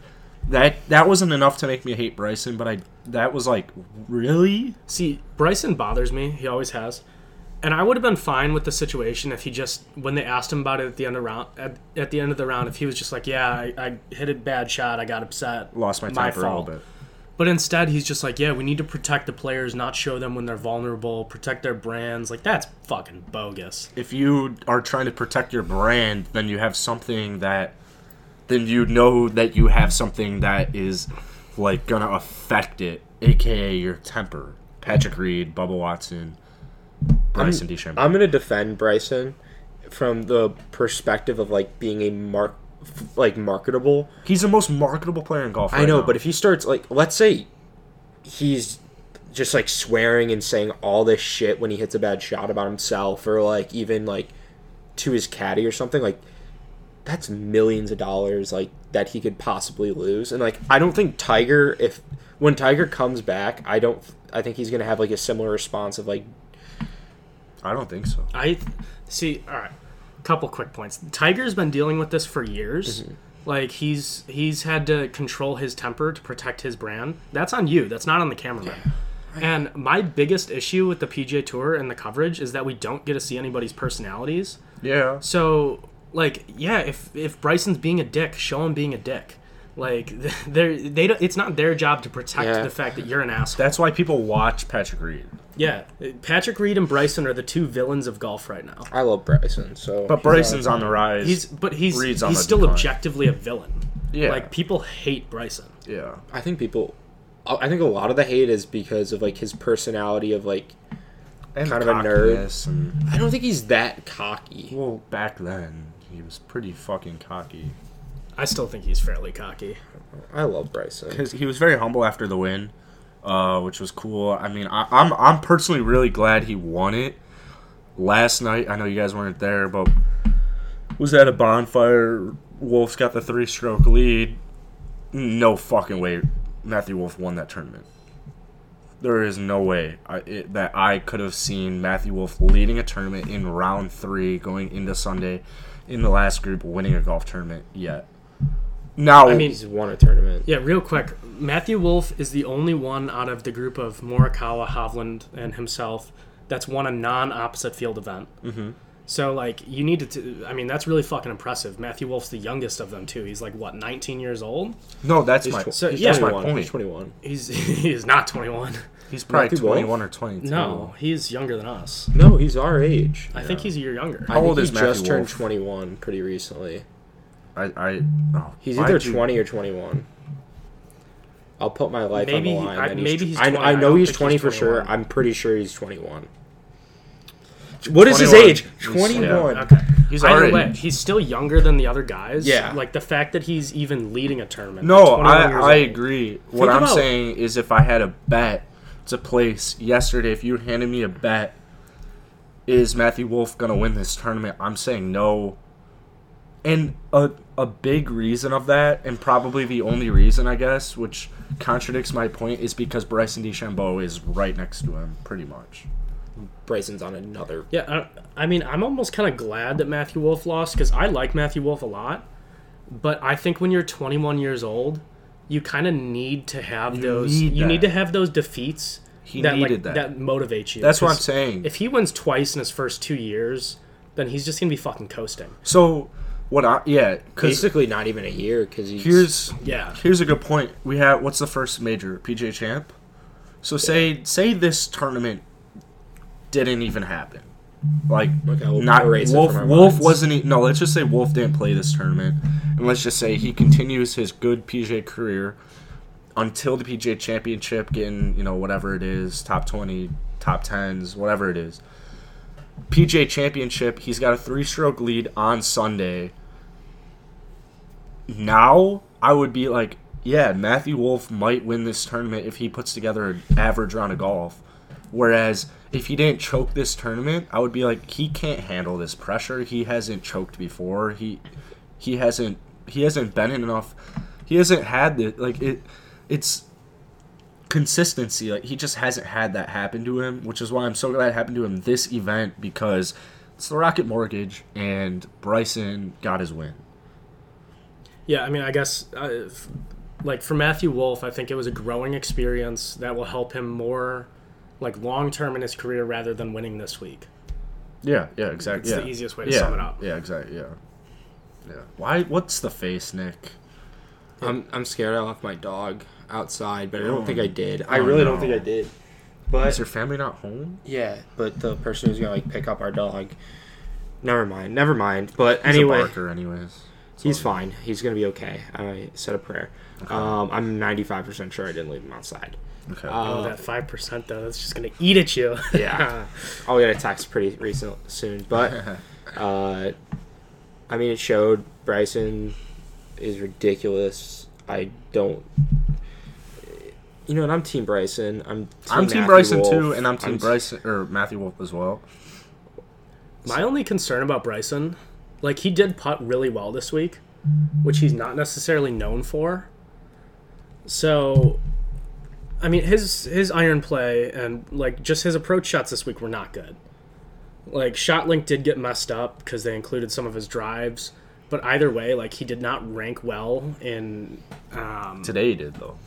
that that wasn't enough to make me hate Bryson. But I that was like really
See, Bryson bothers me. He always has. And I would have been fine with the situation if he just, when they asked him about it at the end of round, at, at the end of the round, if he was just like, "Yeah, I, I hit a bad shot. I got upset.
lost my temper a little bit.
But instead, he's just like, yeah, we need to protect the players, not show them when they're vulnerable, protect their brands. Like, that's fucking bogus.
if you are trying to protect your brand, then you have something that then you know that you have something that is like gonna affect it, aka your temper. Patrick Reed, Bubba Watson, Bryson DeChambeau.
I'm gonna defend Bryson from the perspective of like being a mark, f- like marketable.
He's the most marketable player in golf.
I know, but if he starts like, let's say he's just like swearing and saying all this shit when he hits a bad shot about himself, or like even like to his caddy or something, like that's millions of dollars like that he could possibly lose. And like, I don't think Tiger, if when Tiger comes back, I don't, I think he's gonna have like a similar response of like,
I don't think so.
I see. All right, couple quick points. Tiger's been dealing with this for years. Like he's he's had to control his temper to protect his brand. That's on you. That's not on the cameraman. And my biggest issue with the PGA Tour and the coverage is that we don't get to see anybody's personalities.
Yeah.
So, like, yeah, if if Bryson's being a dick, show him being a dick. Like, they're they don't. It's not their job to protect
Yeah.
the fact that you're an asshole.
That's why people watch Patrick Reed.
yeah, Patrick Reed and Bryson are the two villains of golf right now.
I love Bryson, so
But Bryson's on the rise.
He's but he's
Reed's on
he's
the
still
decline.
objectively a villain.
yeah.
Like people hate Bryson.
yeah.
I think people. I think a lot of the hate is because of like his personality of like
And
kind of a nerd.
cockiness And,
I don't think he's that cocky.
well, back then he was pretty fucking cocky.
I still think he's fairly cocky.
I love Bryson.
his, he was very humble after the win, uh, which was cool. I mean, I, I'm I'm personally really glad he won it last night. I know you guys weren't there, but was at a bonfire. Wolf's got the three stroke lead. No fucking way, Matthew Wolf won that tournament. There is no way I, it, that I could have seen Matthew Wolf leading a tournament in round three, going into Sunday, in the last group, winning a golf tournament yet. Now,
mean,
He's won a tournament.
Yeah, real quick, Matthew Wolf is the only one out of the group of Morikawa, Hovland, and himself that's won a non-opposite field event. Mm-hmm. So like, you need to. I mean, that's really fucking impressive. Matthew Wolf's the youngest of them too. He's like what, 19 years old?
no, that's my
He's, tw-
So,
he's
yeah. That's my
21.
point.
He's 21.
He's he is not 21.
He's probably
Matthew Wolff?
21 or 22.
No, he's younger than us.
No, he's our age.
I think he's a year younger.
I think
old
he
is Matthew
just turned
Wolff?
21 pretty recently.
I. I oh,
He's
why'd
either
you-
20 or 21. I'll put my life on
Maybe he-
the line.
I-
that
maybe he's
I,
20.
I
I don't
know he's
think
20
he's
for sure.
21.
I'm pretty sure he's 21. What is his
21.
age?
He's-
21.
Okay.
He's
Either
already-
way, he's still younger than the other guys.
Yeah.
Like the fact that he's even leading a tournament. at
No,
21
I,
years
I
old.
agree. What
Think
I'm
about-
saying is if I had a bet to place yesterday, if you handed me a bet, is Matthew Wolf going to win this tournament? I'm saying no. And a, a big reason of that, and probably the only reason, I guess, which contradicts my point, is because Bryson DeChambeau is right next to him, pretty much.
Bryson's on another.
Yeah, I, I mean, I'm almost kind of glad that Matthew Wolf lost because I like Matthew Wolf a lot, but I think when you're 21 years old, you kind of need to have those.
need
you need
that.
to have those defeats.
He
that,
needed
like,
that.
That motivates you.
That's what I'm
'Cause
saying.
If he wins twice in his first two years, then he's just gonna be fucking coasting.
So, what I, yeah, because
Basically, not even a year because he's.
here's,
Yeah.
Here's a good point. We have what's the first major PJ Champ. So say say this tournament didn't even happen. Like
Okay, we'll
not
erase it
Wolf.
from our
Wolf
minds.
wasn't. e- No, let's just say Wolf didn't play this tournament, and let's just say he continues his good PJ career until the PJ Championship, getting you know whatever it is, top twenty, top tens, whatever it is. PJ Championship. He's got a three-stroke lead on Sunday now I would be like, yeah, Matthew Wolf might win this tournament if he puts together an average round of golf. Whereas if he didn't choke this tournament, I would be like, he can't handle this pressure. He hasn't choked before. He he hasn't he hasn't been in enough. He hasn't had the like it. It's consistency. Like he just hasn't had that happen to him, which is why I'm so glad it happened to him this event because it's the Rocket Mortgage and Bryson got his win.
Yeah, I mean, I guess, uh, f- like for Matthew Wolf, I think it was a growing experience that will help him more, like long term in his career rather than winning this week.
Yeah, yeah, exactly.
It's
yeah.
the easiest way to
yeah.
sum it up.
Yeah, exactly. Yeah, yeah. Why? What's the face, Nick?
I'm, I'm scared I left my dog outside, but I
Oh.
don't think I did. I
Oh,
really
no.
don't think I did.
Is
But
your family not home?
yeah, but the person who's gonna like pick up our dog. Never mind. Never mind. But
He's a
anyway,
barker, anyways.
he's fine. He's gonna be okay. I said a prayer. Um, I'm 95 percent sure I didn't leave him outside.
Okay.
Oh, that five percent though, that's just gonna eat at you.
Yeah, I'll get a text pretty recent soon. But uh, I mean, it showed Bryson is ridiculous. I don't. You know, and I'm Team Bryson. I'm Team,
I'm Team
Matthew
Bryson
Wolff.
too, and I'm Team
I'm-
Bryson or Matthew Wolf as well.
My only concern about Bryson, like he did putt really well this week, which he's not necessarily known for. So, I mean, his his iron play and like just his approach shots this week were not good. Like ShotLink did get messed up because they included some of his drives, but either way, like he did not rank well in. Um,
Today he did though,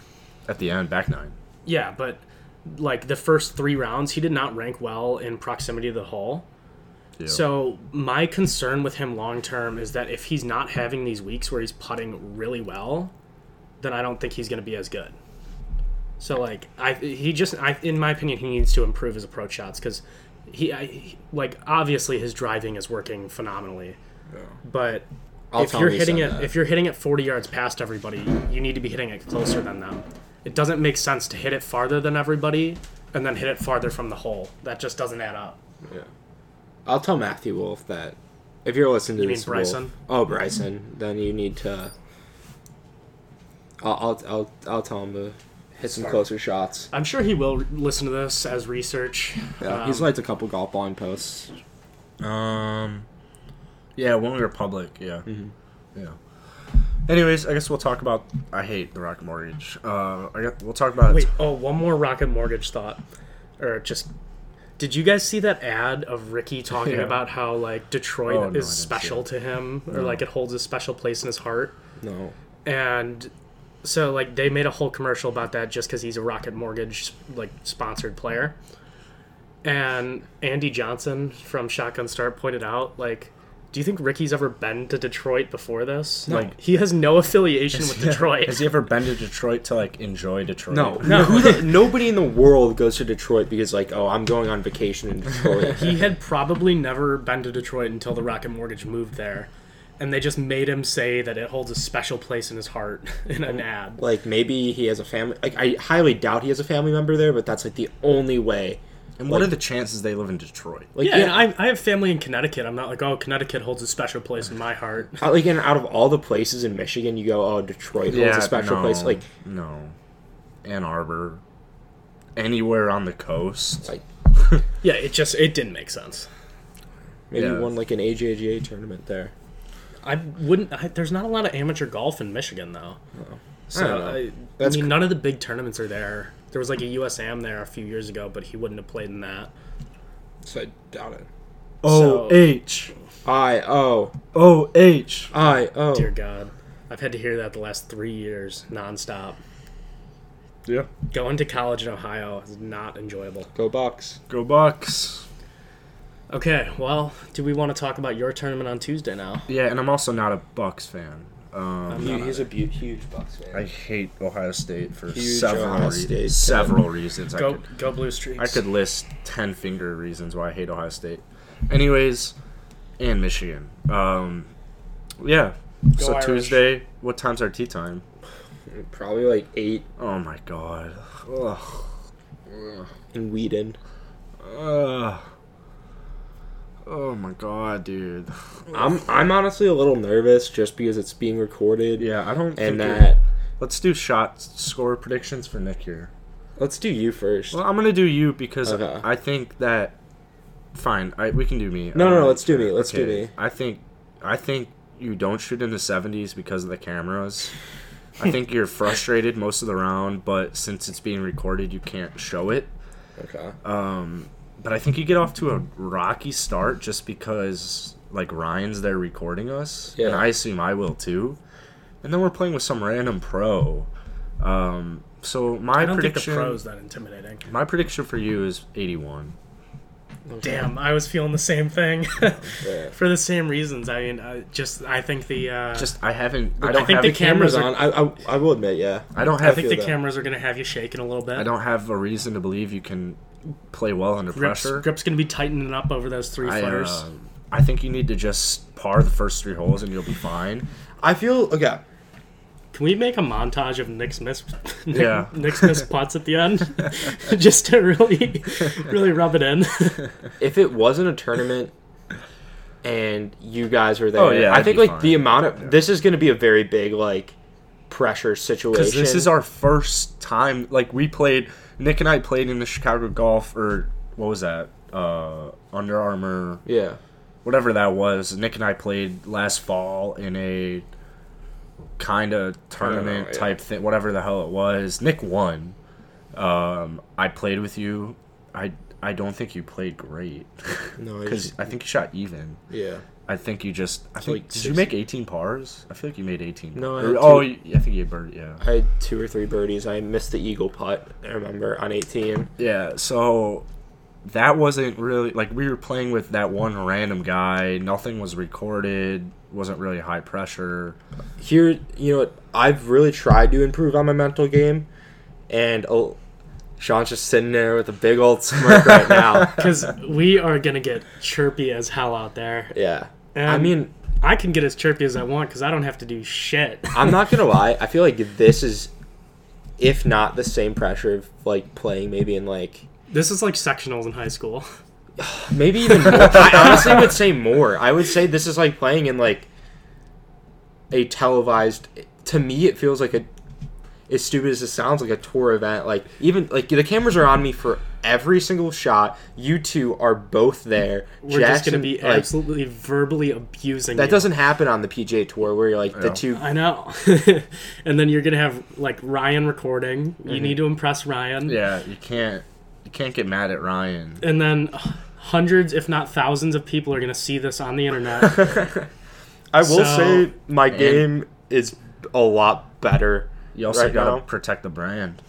at the end, back nine.
Yeah, but like the first three rounds, he did not rank well in proximity to the hole.
Yeah.
So my concern with him long term is that if he's not having these weeks where he's putting really well, then I don't think he's going to be as good. So like I he just I in my opinion he needs to improve his approach shots because he, I, he like obviously his driving is working phenomenally, but
I'll
if
tell
you're
him he
hitting
said
it
that.
if you're hitting it 40 yards past everybody, you need to be hitting it closer than them. It doesn't make sense to hit it farther than everybody and then hit it farther from the hole. That just doesn't add up.
I'll tell Matthew Wolf that if you're listening to
You mean
this, Wolf-
Bryson?
oh, Bryson, then you need to. I'll I'll I'll, I'll tell him to hit some closer shots.
I'm sure he will listen to this as research.
Yeah,
Um,
he's liked a couple golf blind posts.
Um, yeah, when we were public, yeah, yeah. Anyways, I guess we'll talk about. I hate the Rocket Mortgage. Uh, I guess we'll talk about.
Wait, oh, one more Rocket Mortgage thought, or just. Did you guys see that ad of Ricky talking
Yeah.
about how like Detroit
Oh, no, I didn't
is
see
special to him, or like it holds a special place in his heart?
No,
And so like they made a whole commercial about that just because he's a Rocket Mortgage like sponsored player. And Andy Johnson from Shotgun Start pointed out like. Do you think Ricky's ever been to Detroit before this? Like he has no affiliation with Detroit.
Has he ever been to Detroit to like enjoy Detroit?
No, no. Who the, nobody in the world goes to Detroit because, like, oh, I'm going on vacation in Detroit.
he had probably never been to Detroit until the Rocket Mortgage moved there. and they just made him say that it holds a special place in his heart in an ad.
Like maybe he has a family. Like I highly doubt he has a family member there, but that's like the only way.
And what are the chances they live in Detroit?
Like
Yeah,
yeah,
and I, I have family in Connecticut. I'm not like, oh, Connecticut holds a special place in my heart.
I, like and out of all the places in Michigan, you go, oh, Detroit holds a special
no,
place. Like
no, Ann Arbor, anywhere on the coast.
like
Yeah, it just it didn't make sense.
maybe
Yeah.
won like an AJGA tournament there.
I wouldn't. I, there's not a lot of amateur golf in Michigan though. So
I don't know.
I, I
That's
mean,
cr-
none of the big tournaments are there. There was like a USAM there a few years ago, but he wouldn't have played in that.
So I doubt it.
O H
I oh
O H.
I oh.
Dear God, I've had to hear that the last three years nonstop.
Yeah.
Going to college in Ohio is not enjoyable.
Go Bucks.
Go Bucks.
Okay, well, do we want to talk about your tournament on Tuesday now?
Yeah, and I'm also not a Bucks fan. Um,
He, he's a bu- huge Bucks fan.
I hate Ohio State for
Huge
several
Ohio
reasons.
State fan.
several reasons. I
Go,
could
go Blue Streaks.
I could list ten finger reasons why I hate Ohio State. Anyways, and Michigan. Um, yeah. so
Irish.
Tuesday, what time's our tea time?
Probably like eight
Oh my god. Ugh.
in Whedon.
Ugh. Oh my god, dude.
I'm I'm honestly a little nervous just because it's being recorded.
Yeah, I don't. think it-
And that
Let's do shot score predictions for Nick here.
let's do you first.
Well, I'm gonna do you because
Okay.
I think that. Fine, I, we can do me.
No,
I
no,
don't
no, let's do
care.
me, let's do me.
I think, I think you don't shoot in the 70s because of the cameras. I think you're frustrated most of the round, but since it's being recorded, you can't show it.
Okay.
But I think you get off to a rocky start just because like Ryan's there recording us, and
Yeah.
I assume I will too. And then we're playing with some random pro. Um, so my
I don't think the
prediction,
pro's that intimidating.
my prediction for you is 81.
Damn, I was feeling the same thing
Uh,
Yeah.
for the same reasons. I mean, I just I think the uh,
Just I haven't. I don't
think
have.
the
a-
Cameras
cameras are-
on. I, I I will admit, yeah.
I don't
I
have.
think
feel
the
that.
cameras are gonna have you shaking a little bit.
I don't have a reason to believe you can play well under
Grip's,
pressure.
grip's gonna be tightening up over those three
I,
footers.
uh, I think you need to just par the first three holes and you'll be fine.
I feel okay.
Can we make a montage of Nick's miss, Nick,
Yeah.
Nick's miss putts at the end, just to really, really rub it in?
If it wasn't a tournament and you guys were there,
Oh, yeah,
I
I'd
think
be
like
fine.
the amount of this is going to be a very big like pressure situation.
Because this is our first time. Like we played, Nick and I played in the Chicago Golf or what was that? Uh, Under Armour,
yeah.
whatever that was. Nick and I played last fall in a kind of tournament
Oh, yeah.
type thing, whatever the hell it was. Nick won. Um, I played with you. I I don't think you played great
No, I
because
just,
I think you shot even.
yeah.
I think you just. I think
like
did you
six-
make eighteen pars? I feel like you made eighteen.
No, I
Or-
had two.
oh, you- I think you bird. Yeah.
I had two or three birdies. I missed the eagle putt. I remember on 18.
Yeah, so that wasn't really like we were playing with that one random guy. Nothing was recorded. Wasn't really high pressure.
here you know what i've really tried to improve on my mental game and oh sean's just sitting there with a big old smirk right now
Because we are gonna get chirpy as hell out there.
yeah i
Um,
mean
I can get as chirpy as I want because I don't have to do shit.
i'm not gonna lie i feel like this is if not the same pressure of like playing maybe in like
This is like sectionals in high school.
maybe even more i honestly would say more i would say this is like playing in like a televised to me it feels like a as stupid as it sounds like a tour event like even like the cameras are on me for every single shot you two are both there
We're just gonna be
like,
absolutely verbally abusing.
that
you.
doesn't happen on the pj tour where you're like the
Yeah.
two
I know. and then you're gonna have like Ryan recording. You need to impress Ryan.
Mm-hmm. Yeah, you can't you can't get mad at Ryan.
And then ugh, hundreds, if not thousands, of people are gonna see this on the internet.
i will
So-
say my game is a lot better
You also
right
gotta
now
protect the brand.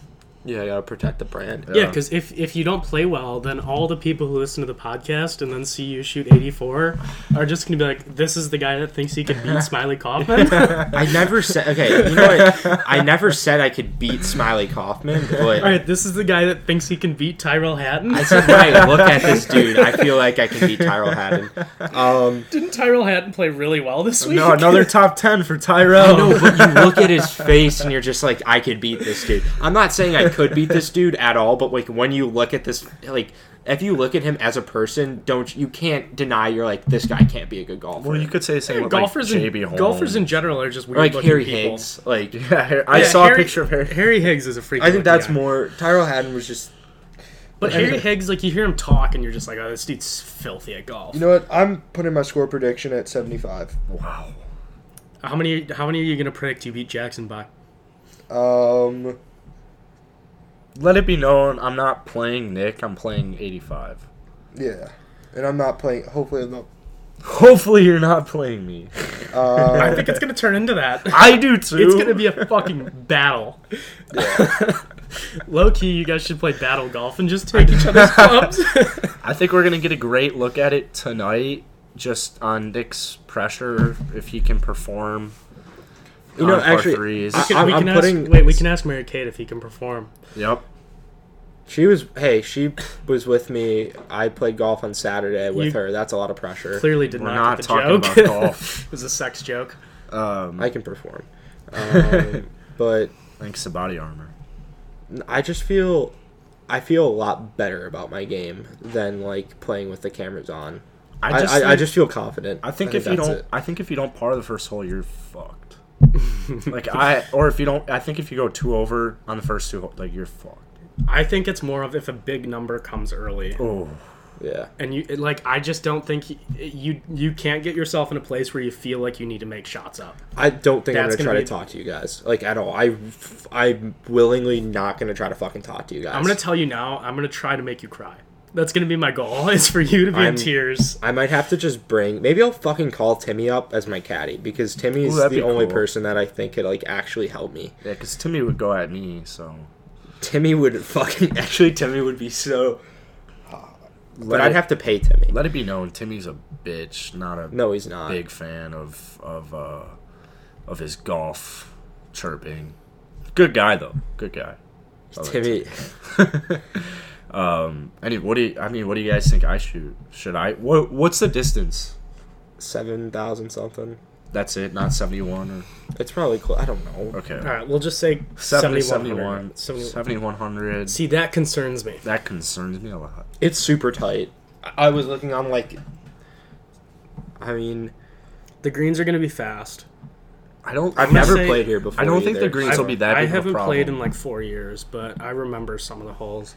Yeah, I gotta protect the brand.
Yeah, because if if you don't play well, then all the people who listen to the podcast and then see you shoot 84 are just gonna be like, "This is the guy that thinks he can beat Smiley Kaufman."
I never said okay. You know what? I never said I could beat Smiley Kaufman, but
all right, this is the guy that thinks he can beat Tyrell Hatton.
I said when I look at this dude, I feel like I can beat Tyrell Haddon. Um,
Didn't Tyrell Hatton play really well this week?
No, another top ten for Tyrell.
I know, but you look at his face and you're just like, I could beat this dude. I'm not saying I could beat this dude at all, but like when you look at this, like if you look at him as a person, don't you can't deny you're like this guy can't be a good golfer.
Well, you could say the same with
golfers,
like
in,
JB Holm.
golfers in general are just weird.
Or, like
looking
Harry
people.
Higgs, like.
Yeah, Har- I
Yeah,
saw
Harry-
a picture of Harry.
Harry Higgs is a freak.
I think that's more. Tyrell Haddon was just.
But Harry Higgs, like you hear him talk, and you're just like, "Oh, this dude's filthy at golf."
know what? I'm putting my score prediction at 75.
Wow.
how many? How many are you gonna predict you beat Jackson by?
Um,
Let it be known, I'm not playing Nick. I'm playing 85.
Yeah, and I'm not playing. Hopefully, I'm not.
Hopefully, you're not playing me.
I
Uh,
think it's gonna turn into that.
I do too.
It's gonna be a fucking battle. Low key, you guys should play battle golf and just take each other's clubs.
I think we're gonna get a great look at it tonight, just on Nick's pressure if he can perform.
You know,
on par
actually,
threes.
I-
we
I'm
can
putting-
ask, wait, we can ask Mary Kate if he can perform.
yep.
she was. Hey, she was with me. I played golf on Saturday with
You-
her. That's a lot of pressure.
Clearly, did
We're
not,
not
get the
talking
joke.
about golf.
it was a sex joke.
Um,
I can perform, um, but
thanks to body armor.
I just feel. I feel a lot better about my game than like playing with the cameras on. I, I, I,
think-
just feel confident.
I think if you
that's
don't,
it.
I think if you don't par the first hole, you're fucked. like I, or if you don't, I think if you go two over on the first two, hole, like you're fucked.
I think it's more of if a big number comes early.
Oh,
yeah,
and you like i just don't think you, you you can't get yourself in a place where you feel like you need to make shots up
I don't think I'm
That's
gonna,
gonna
try
be-
to talk to you guys like at all. I, I'm willingly not gonna try to fucking talk to you guys.
i'm gonna tell you now i'm gonna try to make you cry that's gonna be my goal is for you to be in
I'm-
tears
I might have to just bring. Maybe I'll fucking call Timmy up as my caddy because Timmy's
Ooh, that'd be
the only
cool.
person that I think could like actually help me.
yeah, because Timmy would go at me, so.
Timmy would fucking actually. Timmy would be so. But I'd have to pay Timmy.
Let it be known, Timmy's a bitch, not a
No, he's not.
big fan of of uh, of his golf chirping. Good guy though, good guy. I like
Timmy.
Any, what do you? I mean, what do you guys think I shoot? Should I? What What's the distance?
Seven thousand something.
That's it, not seventy one
It's probably close. I don't know.
or okay.
all right we'll just say
70, 71,
71
7100.
see that concerns me
That concerns me a lot.
It's super tight. I I was looking on like. I mean,
the greens are gonna be fast
I don't.
I've
I'm
never
say-
played here before.
I don't think the
either.
greens will be that
i
big of a
haven't
problem.
played in like four years but i remember some of the holes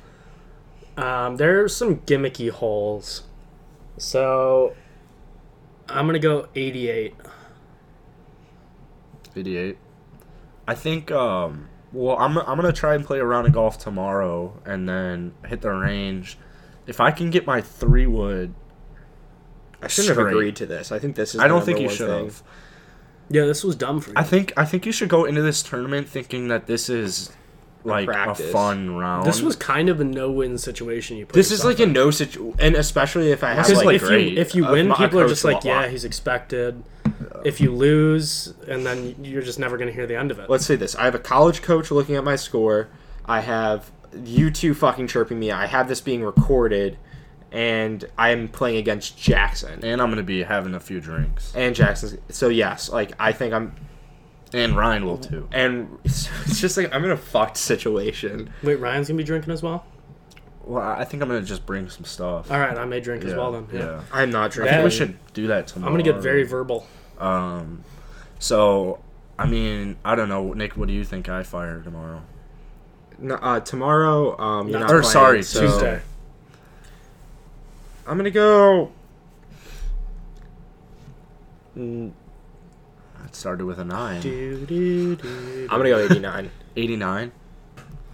um, there are some gimmicky holes so i'm gonna go 88
88. I think. Um. Well, I'm. I'm gonna try and play a round of golf tomorrow, and then hit the range. If I can get my three wood,
I shouldn't have
straight.
agreed to this. I think this is.
I
the
don't
number
think you
one
should
thing.
have.
yeah this was dumb for you
I think. I think you should go into this tournament thinking that this is like a
practice.
fun round.
This was kind of a no-win situation. You put
This is
yourself
like a no situation, and especially if I have
in.
is
like,
like
if
great.
you if you
Uh,
win,
my
people are
coach
just like,
will-
yeah, he's expected. If you lose, and then you're just never going to hear the end of it.
let's say this. I have a college coach looking at my score. I have you two fucking chirping me. I have this being recorded, and I am playing against Jackson.
And I'm gonna be having a few drinks,
And Jackson's so yes, like I think I'm,
and Ryan will too.
and it's it's just like I'm in a fucked situation.
Wait, Ryan's going to be drinking as well.
Well, I I think I'm gonna just bring some stuff.
All right, I may drink as
Yeah,
well then. Yeah.
yeah.
I'm not
I
drinking.
think we should do that tomorrow.
I'm going to get very verbal.
Um, so I mean, I don't know, Nick. What do you think I fire tomorrow?
No, uh, tomorrow. Um, you're
Not-
not
or
playing,
sorry,
so-
Tuesday.
I'm gonna go. Mm,
It started with a nine.
Do, do, do.
I'm gonna go 89.
89.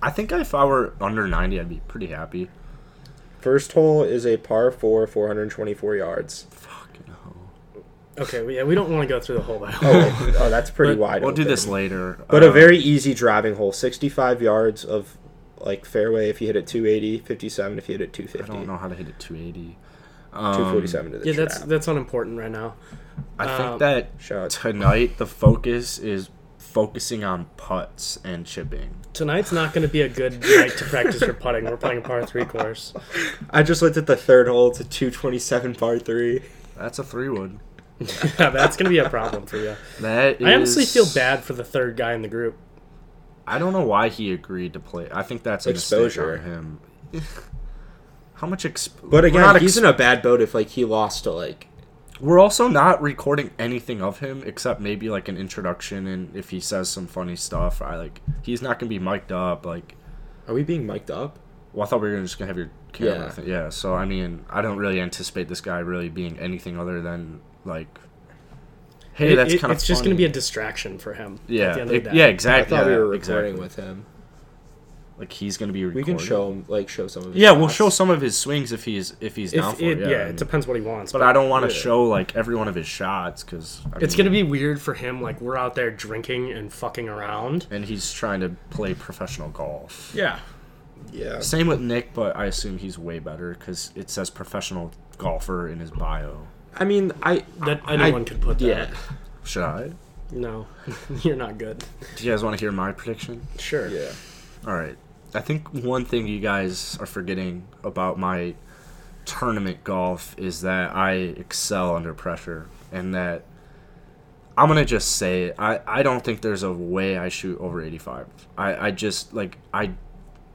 I think if I were under 90, I'd be pretty happy.
First hole is a par four, 424 yards.
Fucking hell.
Okay, well, yeah, we don't want to go through the whole way.
Oh, oh that's pretty
But
wide.
We'll do Um,
open.
this later.
But
Uh,
a very easy driving hole, 65 yards of like fairway if you hit it 280, 57 if you hit it
I
250,
don't know Um, how to hit it 280.
247 to the
Yeah,
trap.
that's that's unimportant right now.
I
Um,
think that
shot.
tonight the focus is focusing on putts and chipping.
Tonight's not going to be a good night to practice your putting. We're playing a par three course.
I just looked at the third hole. It's a 227 par three.
That's a three wood.
Yeah, that's going to be a problem for you.
That
I honestly
is-
feel bad for the third guy in the group.
I don't know why he agreed to play. I think that's a
Exposure.
mistake on him. How much exp-
But
we're,
again,
not
he's
ex-
in a bad boat if like he lost to like
we're also not recording anything of him except maybe like an introduction and if he says some funny stuff. I like he's not gonna be mic'd up. Like,
Are we being mic'd up?
well, I thought we were just gonna have your camera.
Yeah.
Yeah. yeah. So I mean, I don't really anticipate this guy really being anything other than like, hey,
It-
that's
it-
kind of
it's just going to be a distraction for him.
yeah,
At the end of
it-
the day.
yeah,
I
exactly.
thought we
yeah,
were recording
exactly.
with him.
Like he's gonna be
We
recording.
can show him like show some of. His
Yeah, we'll show
shots.
some of his swings if he's if he's down
If
for
it,
it.
yeah,
I mean.
it depends what he wants.
But I don't want to
Yeah.
show like every one of his shots because
it's going to be weird for him. Like we're out there drinking and fucking around.
and he's trying to play professional golf.
Yeah.
Yeah.
Same with Nick, but I assume he's way better because it says professional golfer in his bio.
I mean, I
That
I-
anyone could put that.
yeah
Should I?
No, you're not good.
Do you guys want to hear my prediction?
Sure.
yeah.
All right. I think one thing you guys are forgetting about my tournament golf is that I excel under pressure and that I'm going to just say it. I, I don't think there's a way I shoot over 85. I, I just, like, I.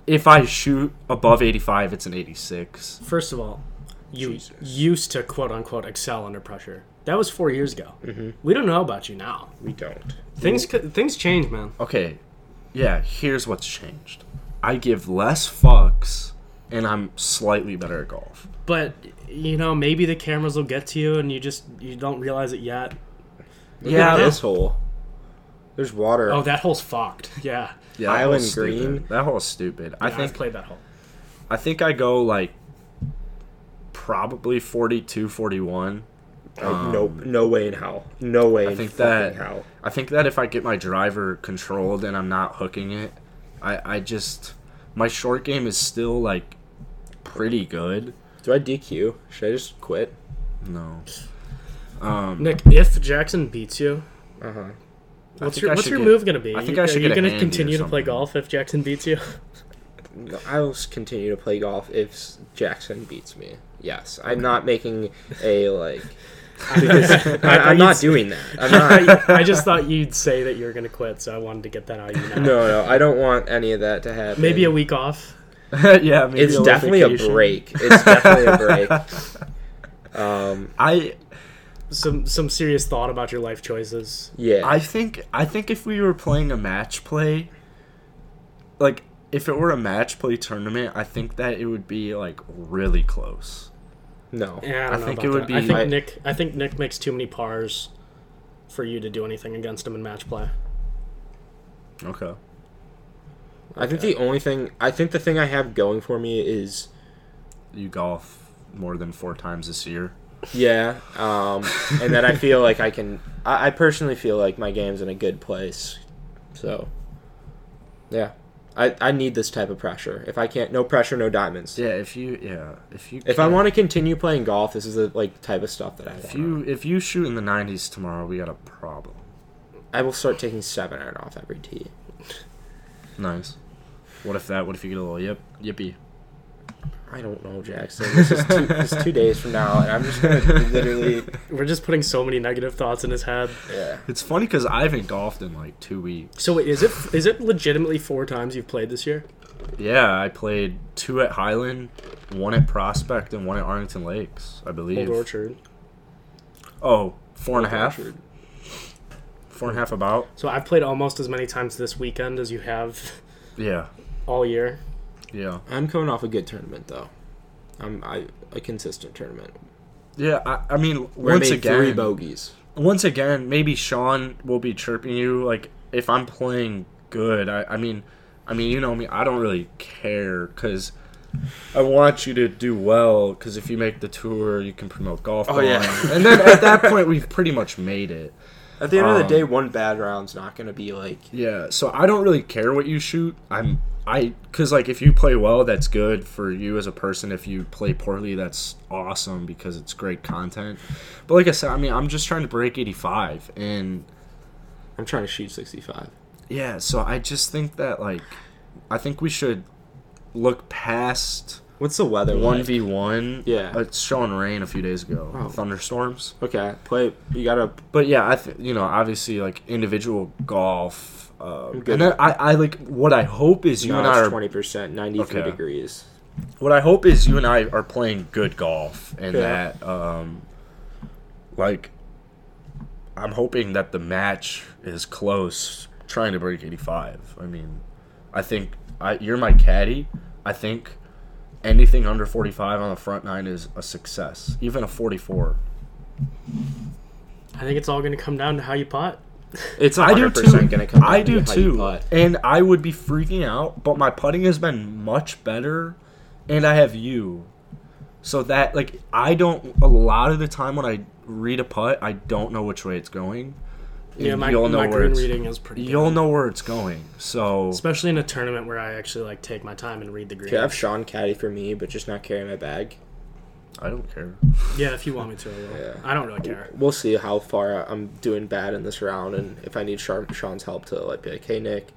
If I shoot above 85, it's an 86.
First of all, you
Jesus.
used to quote unquote excel under pressure. That was four years ago.
Mm-hmm.
We don't know about you now.
We don't.
Things co- things change, man.
Okay. Yeah, here's what's changed. I give less fucks and I'm slightly better at golf.
But you know, maybe the cameras will get to you, and you just you don't realize it yet.
Yeah,
Yeah, this hole. There's water.
Oh, that hole's fucked. Yeah,
Yeah, that
Island
hole's stupid.
green.
That hole's stupid. I
I have
think
played that hole.
I think I go like probably 42 41.
Like, no, no way in hell. No way.
I
in
think
fucking
that
hell.
I think that if I get my driver controlled and I'm not hooking it, I I just my short game is still like pretty good.
Do I DQ? Should I just quit?
No.
Nick, if Jackson beats you,
Uh huh.
what's
think
your
I
what's
should
your
get-
move gonna be?
Uh-huh. I think
You-
I should
Are you
get a
gonna
handy or
continue to play
something.
golf if Jackson beats you?
I'll s- continue to play golf if Jackson beats me. Yes, I'm not making a like. I, I'm not doing that. I'm not.
I, I just thought you'd say that you were gonna quit, so I wanted to get that out of you now.
No, no, I don't want any of that to happen.
Maybe a week off.
yeah, maybe
It's
little
definitely a
vacation.
break. It's definitely a break. Um,
I
Some some serious thought about your life choices.
yeah.
I think I think if we were playing a match play, like if it were a match play tournament, I think that it would be like really close.
no.
Yeah, I, don't
I
know
think
about
it would
that.
be-
I think
I-
Nick. I think Nick makes too many pars for you to do anything against him in match play.
Okay.
I think the only thing I think the thing I have going for me is
You golf more than four times this year.
yeah, um, and that I feel like I can. I, I personally feel like my game's in a good place, so yeah, I I need this type of pressure. If I can't, no pressure, no diamonds.
Yeah, if you yeah if you
If I want to continue playing golf, this is the like type of stuff that I
if
want.
you if you shoot in the nineties tomorrow, we got a problem.
I will start taking seven iron off every tee.
Nice. What if that? What if you get a little yip yippee?
I don't know, Jackson. This is two, it's two days from now, and I'm just gonna literally.
We're just putting so many negative thoughts in his head.
Yeah.
It's funny because I haven't golfed in like two weeks.
So wait, is it is it legitimately four times you've played this year?
Yeah, I played two at Highland, one at Prospect, and one at Arlington Lakes, I believe.
Old Orchard.
Oh, four and a half.
Orchard.
Four and a half about.
So I've played almost as many times this weekend as you have
Yeah.
all year.
Yeah.
I'm coming off a good tournament though. I'm I a consistent tournament.
Yeah, I, I mean,
Where
once
I made three
again,
bogeys.
once again, maybe Sean will be chirping you. Like if I'm playing good, I, I mean, I mean, you know me. I don't really care because I want you to do well. Because if you make the tour, you can promote golf.
Oh, yeah.
Bond. and then at that point, we've pretty much made it.
At the end of
Um,
the day, one bad round's not gonna be like
Yeah. So I don't really care what you shoot. I'm I because like if you play well, that's good for you as a person. If you play poorly, that's awesome because it's great content. But like I said, I mean, I'm just trying to break 85, and
I'm trying to shoot 65.
yeah, so I just think that like I think we should look past
What's the weather?
one
like?
v one.
Yeah.
it's showing rain a few days ago,
Oh.
thunderstorms.
Okay, play. You gotta.
But yeah, I th- you know obviously like individual golf. Uh, and
good.
then I, I like what I hope is you
no,
and I
it's
are
20%, 93
Okay.
degrees.
what I hope is you and I are playing good golf, and
Yeah.
that um, like I'm hoping that the match is close, trying to break 85. I mean, I think I, you're my caddy. I think anything under 45 on the front nine is a success, even a 44.
I think it's all going to come down to how you putt.
It's 100%
I do too.
gonna come.
I
down to
do
how you
too.
putt.
And I would be freaking out, but my putting has been much better, and I have you. So that like I don't a lot of the time when I read a putt, I don't know which way it's going.
Yeah,
And
my,
you'll know
my
where
green
it's-
reading is pretty
You'll
good.
know where it's going. So
Especially in a tournament where I actually like take my time and read the green.
Could I have Sean caddy for me, but just not carry my bag?
I don't care.
Yeah, if you want me to, I will.
Yeah.
I don't really care.
We'll see how far I'm doing bad in this round, and if I need Sha- Sean's help to like be like, hey Nick,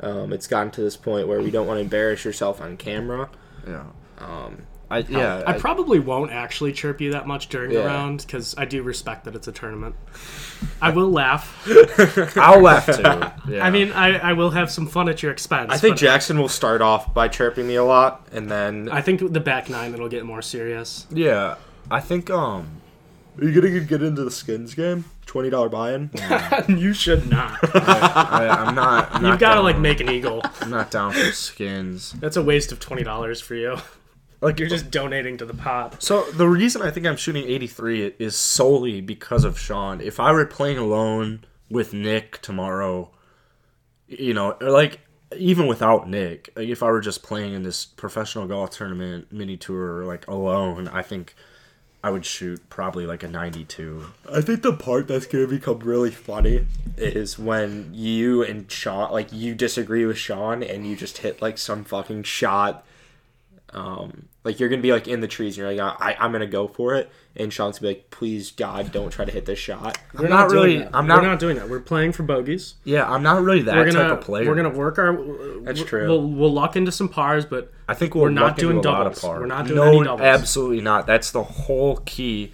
um, it's gotten to this point where we don't want to embarrass yourself on camera.
Yeah.
Um,
I yeah.
I probably won't actually chirp you that much during
Yeah.
the round because I do respect that it's a tournament. I will laugh.
I'll laugh too. Yeah.
I mean, I, I will have some fun at your expense.
I think
but
Jackson will start off by chirping me a lot, and then
I think the back nine it'll get more serious.
Yeah. I think um
are you gonna get into the skins game? Twenty dollar buy-in.
you should not.
I, I'm not. I'm
You've
not
got to
down-
like make an eagle.
I'm not down for skins.
That's a waste of twenty dollars for you.
Like
You're just donating to the pot.
So the reason I think I'm shooting 83 is solely because of Sean. If I were playing alone with Nick tomorrow, you know, or like even without Nick, like if I were just playing in this professional golf tournament mini tour like alone, I think I would shoot probably like a 92.
I think the part that's gonna become really funny is when you and Sean, like you disagree with Sean, and you just hit like some fucking shot. Um, like you're gonna be like in the trees, and you're like, I, I'm gonna go for it, and Sean's gonna be like, please God, don't try to hit this shot.
We're
not
doing
really-
that.
I'm
We're
not-
not doing that. We're playing for bogeys.
Yeah, I'm not really that
We're gonna.
type of player.
We're gonna work our.
That's
we'll-
true.
We'll, we'll lock into some pars, but
I think we'll
We're not
luck into
doing
a lot of
doubles.
par.
We're not doing
no,
any doubles.
Absolutely not. That's the whole key.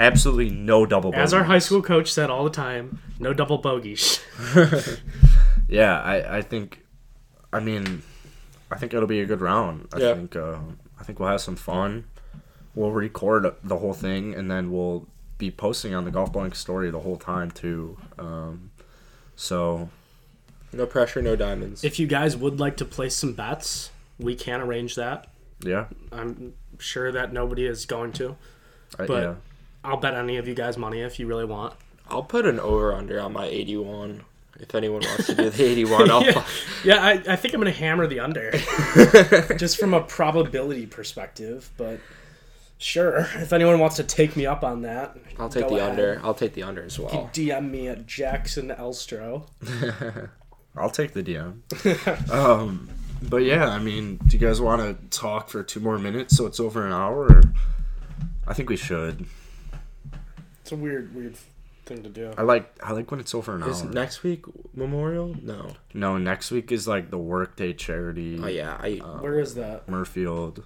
Absolutely no double.
as our
bogeys.
high school coach said all the time, no double bogeys.
yeah, I, I think, I mean, I think it'll be a good round. I
Yeah.
think uh, I think we'll have some fun. We'll record the whole thing, and then we'll be posting on the golf blank story the whole time too. Um, so
No pressure, no diamonds.
If you guys would like to place some bets, we can arrange that.
yeah,
I'm sure that nobody is going to.
I,
But-
yeah.
I'll bet any of you guys money if you really want.
I'll put an over under on my 81. If anyone wants to do the 81, I'll.
Yeah, yeah I, I think I'm going to hammer the under. Just from a probability perspective, but sure. If anyone wants to take me up on that,
I'll take the
go ahead.
under. I'll take the under as
You
Oh.
well.
DM me at Jackson Elstro.
I'll take the DM. um, but yeah, I mean, do you guys want to talk for two more minutes so it's over an hour? Or? I think we should.
It's a weird, weird thing to do.
I like I like when it's over an
Is
Um,
hour.
next week Memorial? No.
no, next week is like the workday charity.
Oh yeah, I.
Where is that?
Murfield.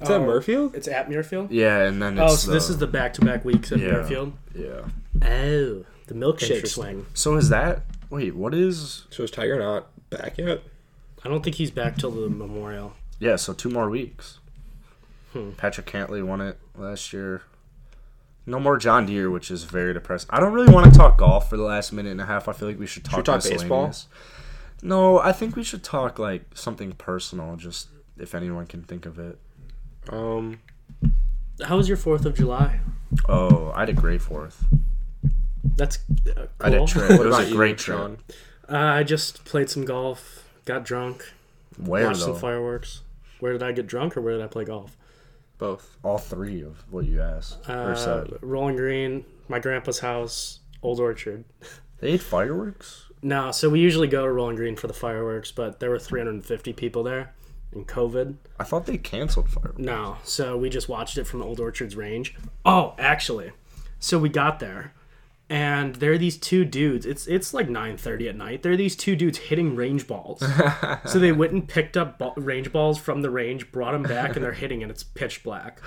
is that
Uh, Oh,
Murfield?
It's at Muirfield?
Yeah, and then it's
Oh, so this is the back-to-back weeks at
Yeah.
Muirfield?
yeah.
Oh, the milkshake
Interesting.
swing.
So is that wait? What is
So is Tiger not back yet?
I don't think he's back till the memorial.
yeah? So two more weeks.
Hmm.
Patrick Cantley won it last year. No more John Deere, which is very depressing. I don't really want to talk golf for the last minute and a half. I feel like we should talk,
we talk baseball?
miscellaneous. No, I think we should talk like something personal. Just if anyone can think of it.
Um,
How was your Fourth of July?
Oh, I had a great fourth.
That's uh, cool.
I had a trip. It was
about
a
you,
great
Sean?
trip.
Uh, I just played some golf, got drunk,
Where
watched some
though?
fireworks. Where did I get drunk or where did I play golf?
both.
All three of what you asked or
Uh,
said.
Rolling Green, my grandpa's house, Old Orchard.
They ate fireworks.
No, so we usually go to Rolling Green for the fireworks, but there were 350 people there in COVID.
I thought they canceled fireworks.
No, so we just watched it from the Old Orchard's range. Oh, actually, so we got there, and there are these two dudes. It's it's like 9:30 at night. There are these two dudes hitting range balls. so they went and picked up ball, range balls from the range, brought them back, and they're hitting, and it's pitch black.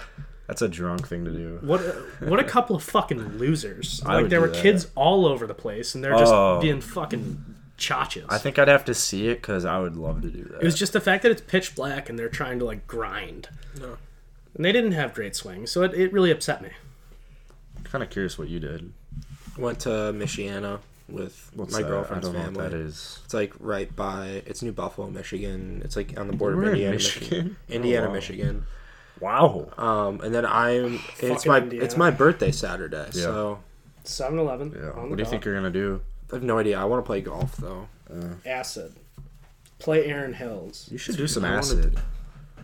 That's a drunk thing to do.
What a, what a couple of fucking losers!
I
Like
would
there
do
were
that.
kids all over the place, and they're just
Oh.
being fucking chachas.
I think I'd have to see it because I would love to do that.
It was just the fact that it's pitch black and they're trying to like grind.
No.
And they didn't have great swings, so it, it really upset me.
kind of curious what you did.
Went to Michiana with
What's
my
that?
girlfriend's
I don't
family.
know what that is.
It's like right by. It's New Buffalo, Michigan. It's like on the border
We're
of
in
Indiana,
Michigan?
Michigan. Indiana,
Oh, wow.
Michigan.
Wow.
Um, and then I'm. It's
Fucking
my.
Indiana.
It's my birthday Saturday,
Yeah.
so
7 Eleven.
Yeah. What do you think you're gonna do?
I have no idea. I want to play golf though.
Acid. Play Aaron Hills.
You should do some
I wanna
acid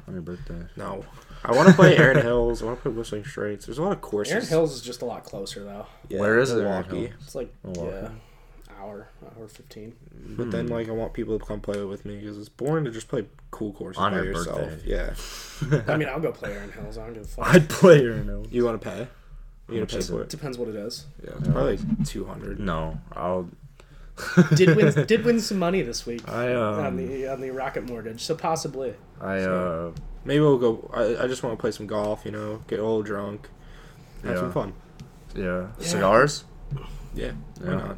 on your birthday.
No, I want to play Aaron Hills. I want to play Whistling Straits. There's a lot of courses.
Aaron Hills is just a lot closer, though.
Yeah,
Where is it?
Milwaukee.
It's like,
Milwaukee.
yeah, hour, hour 15.
But then,
Hmm.
like, I want people to come play with me because it's boring to just play cool courses
On
by
your
yourself.
birthday.
Yeah.
I mean, I'll go play Aaron Hills. I don't give a fuck.
I'd play or no.
You want to pay? You
much
gonna pay
is
for
it?
it?
Depends what it is.
Yeah, it's probably like two hundred.
No, I'll.
Did win, did win some money this week
I
on
um.
the on the Rocket Mortgage, so possibly.
I uh.
Maybe we'll go. I, I just want to play some golf. You know, get a little drunk, have some
Yeah.
fun.
Yeah. Cigars.
Yeah, why
Yeah.
not?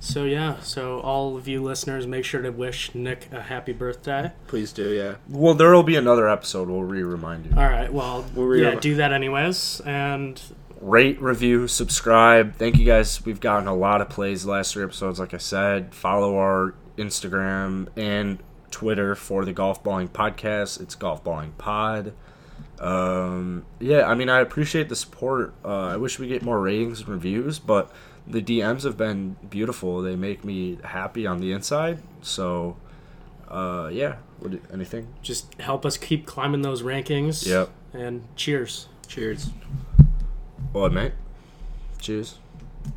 So yeah, so all of you listeners, make sure to wish Nick a happy birthday.
Please do. Yeah.
Well, there will be another episode. We'll re-remind you.
All right. Well,
We'll read
yeah,
them.
do that anyways. And
rate, review, subscribe. Thank you guys. We've gotten a lot of plays the last three episodes, like I said. Follow our Instagram and Twitter for the Golf Balling Podcast. It's Golf Balling Pod. Um, yeah, I mean, I appreciate the support. Uh, I wish we get more ratings and reviews, but the DMs have been beautiful. They make me happy on the inside. So, uh, yeah. What, do- anything?
just help us keep climbing those rankings.
Yep.
And cheers.
Cheers.
Well, mate. Cheers.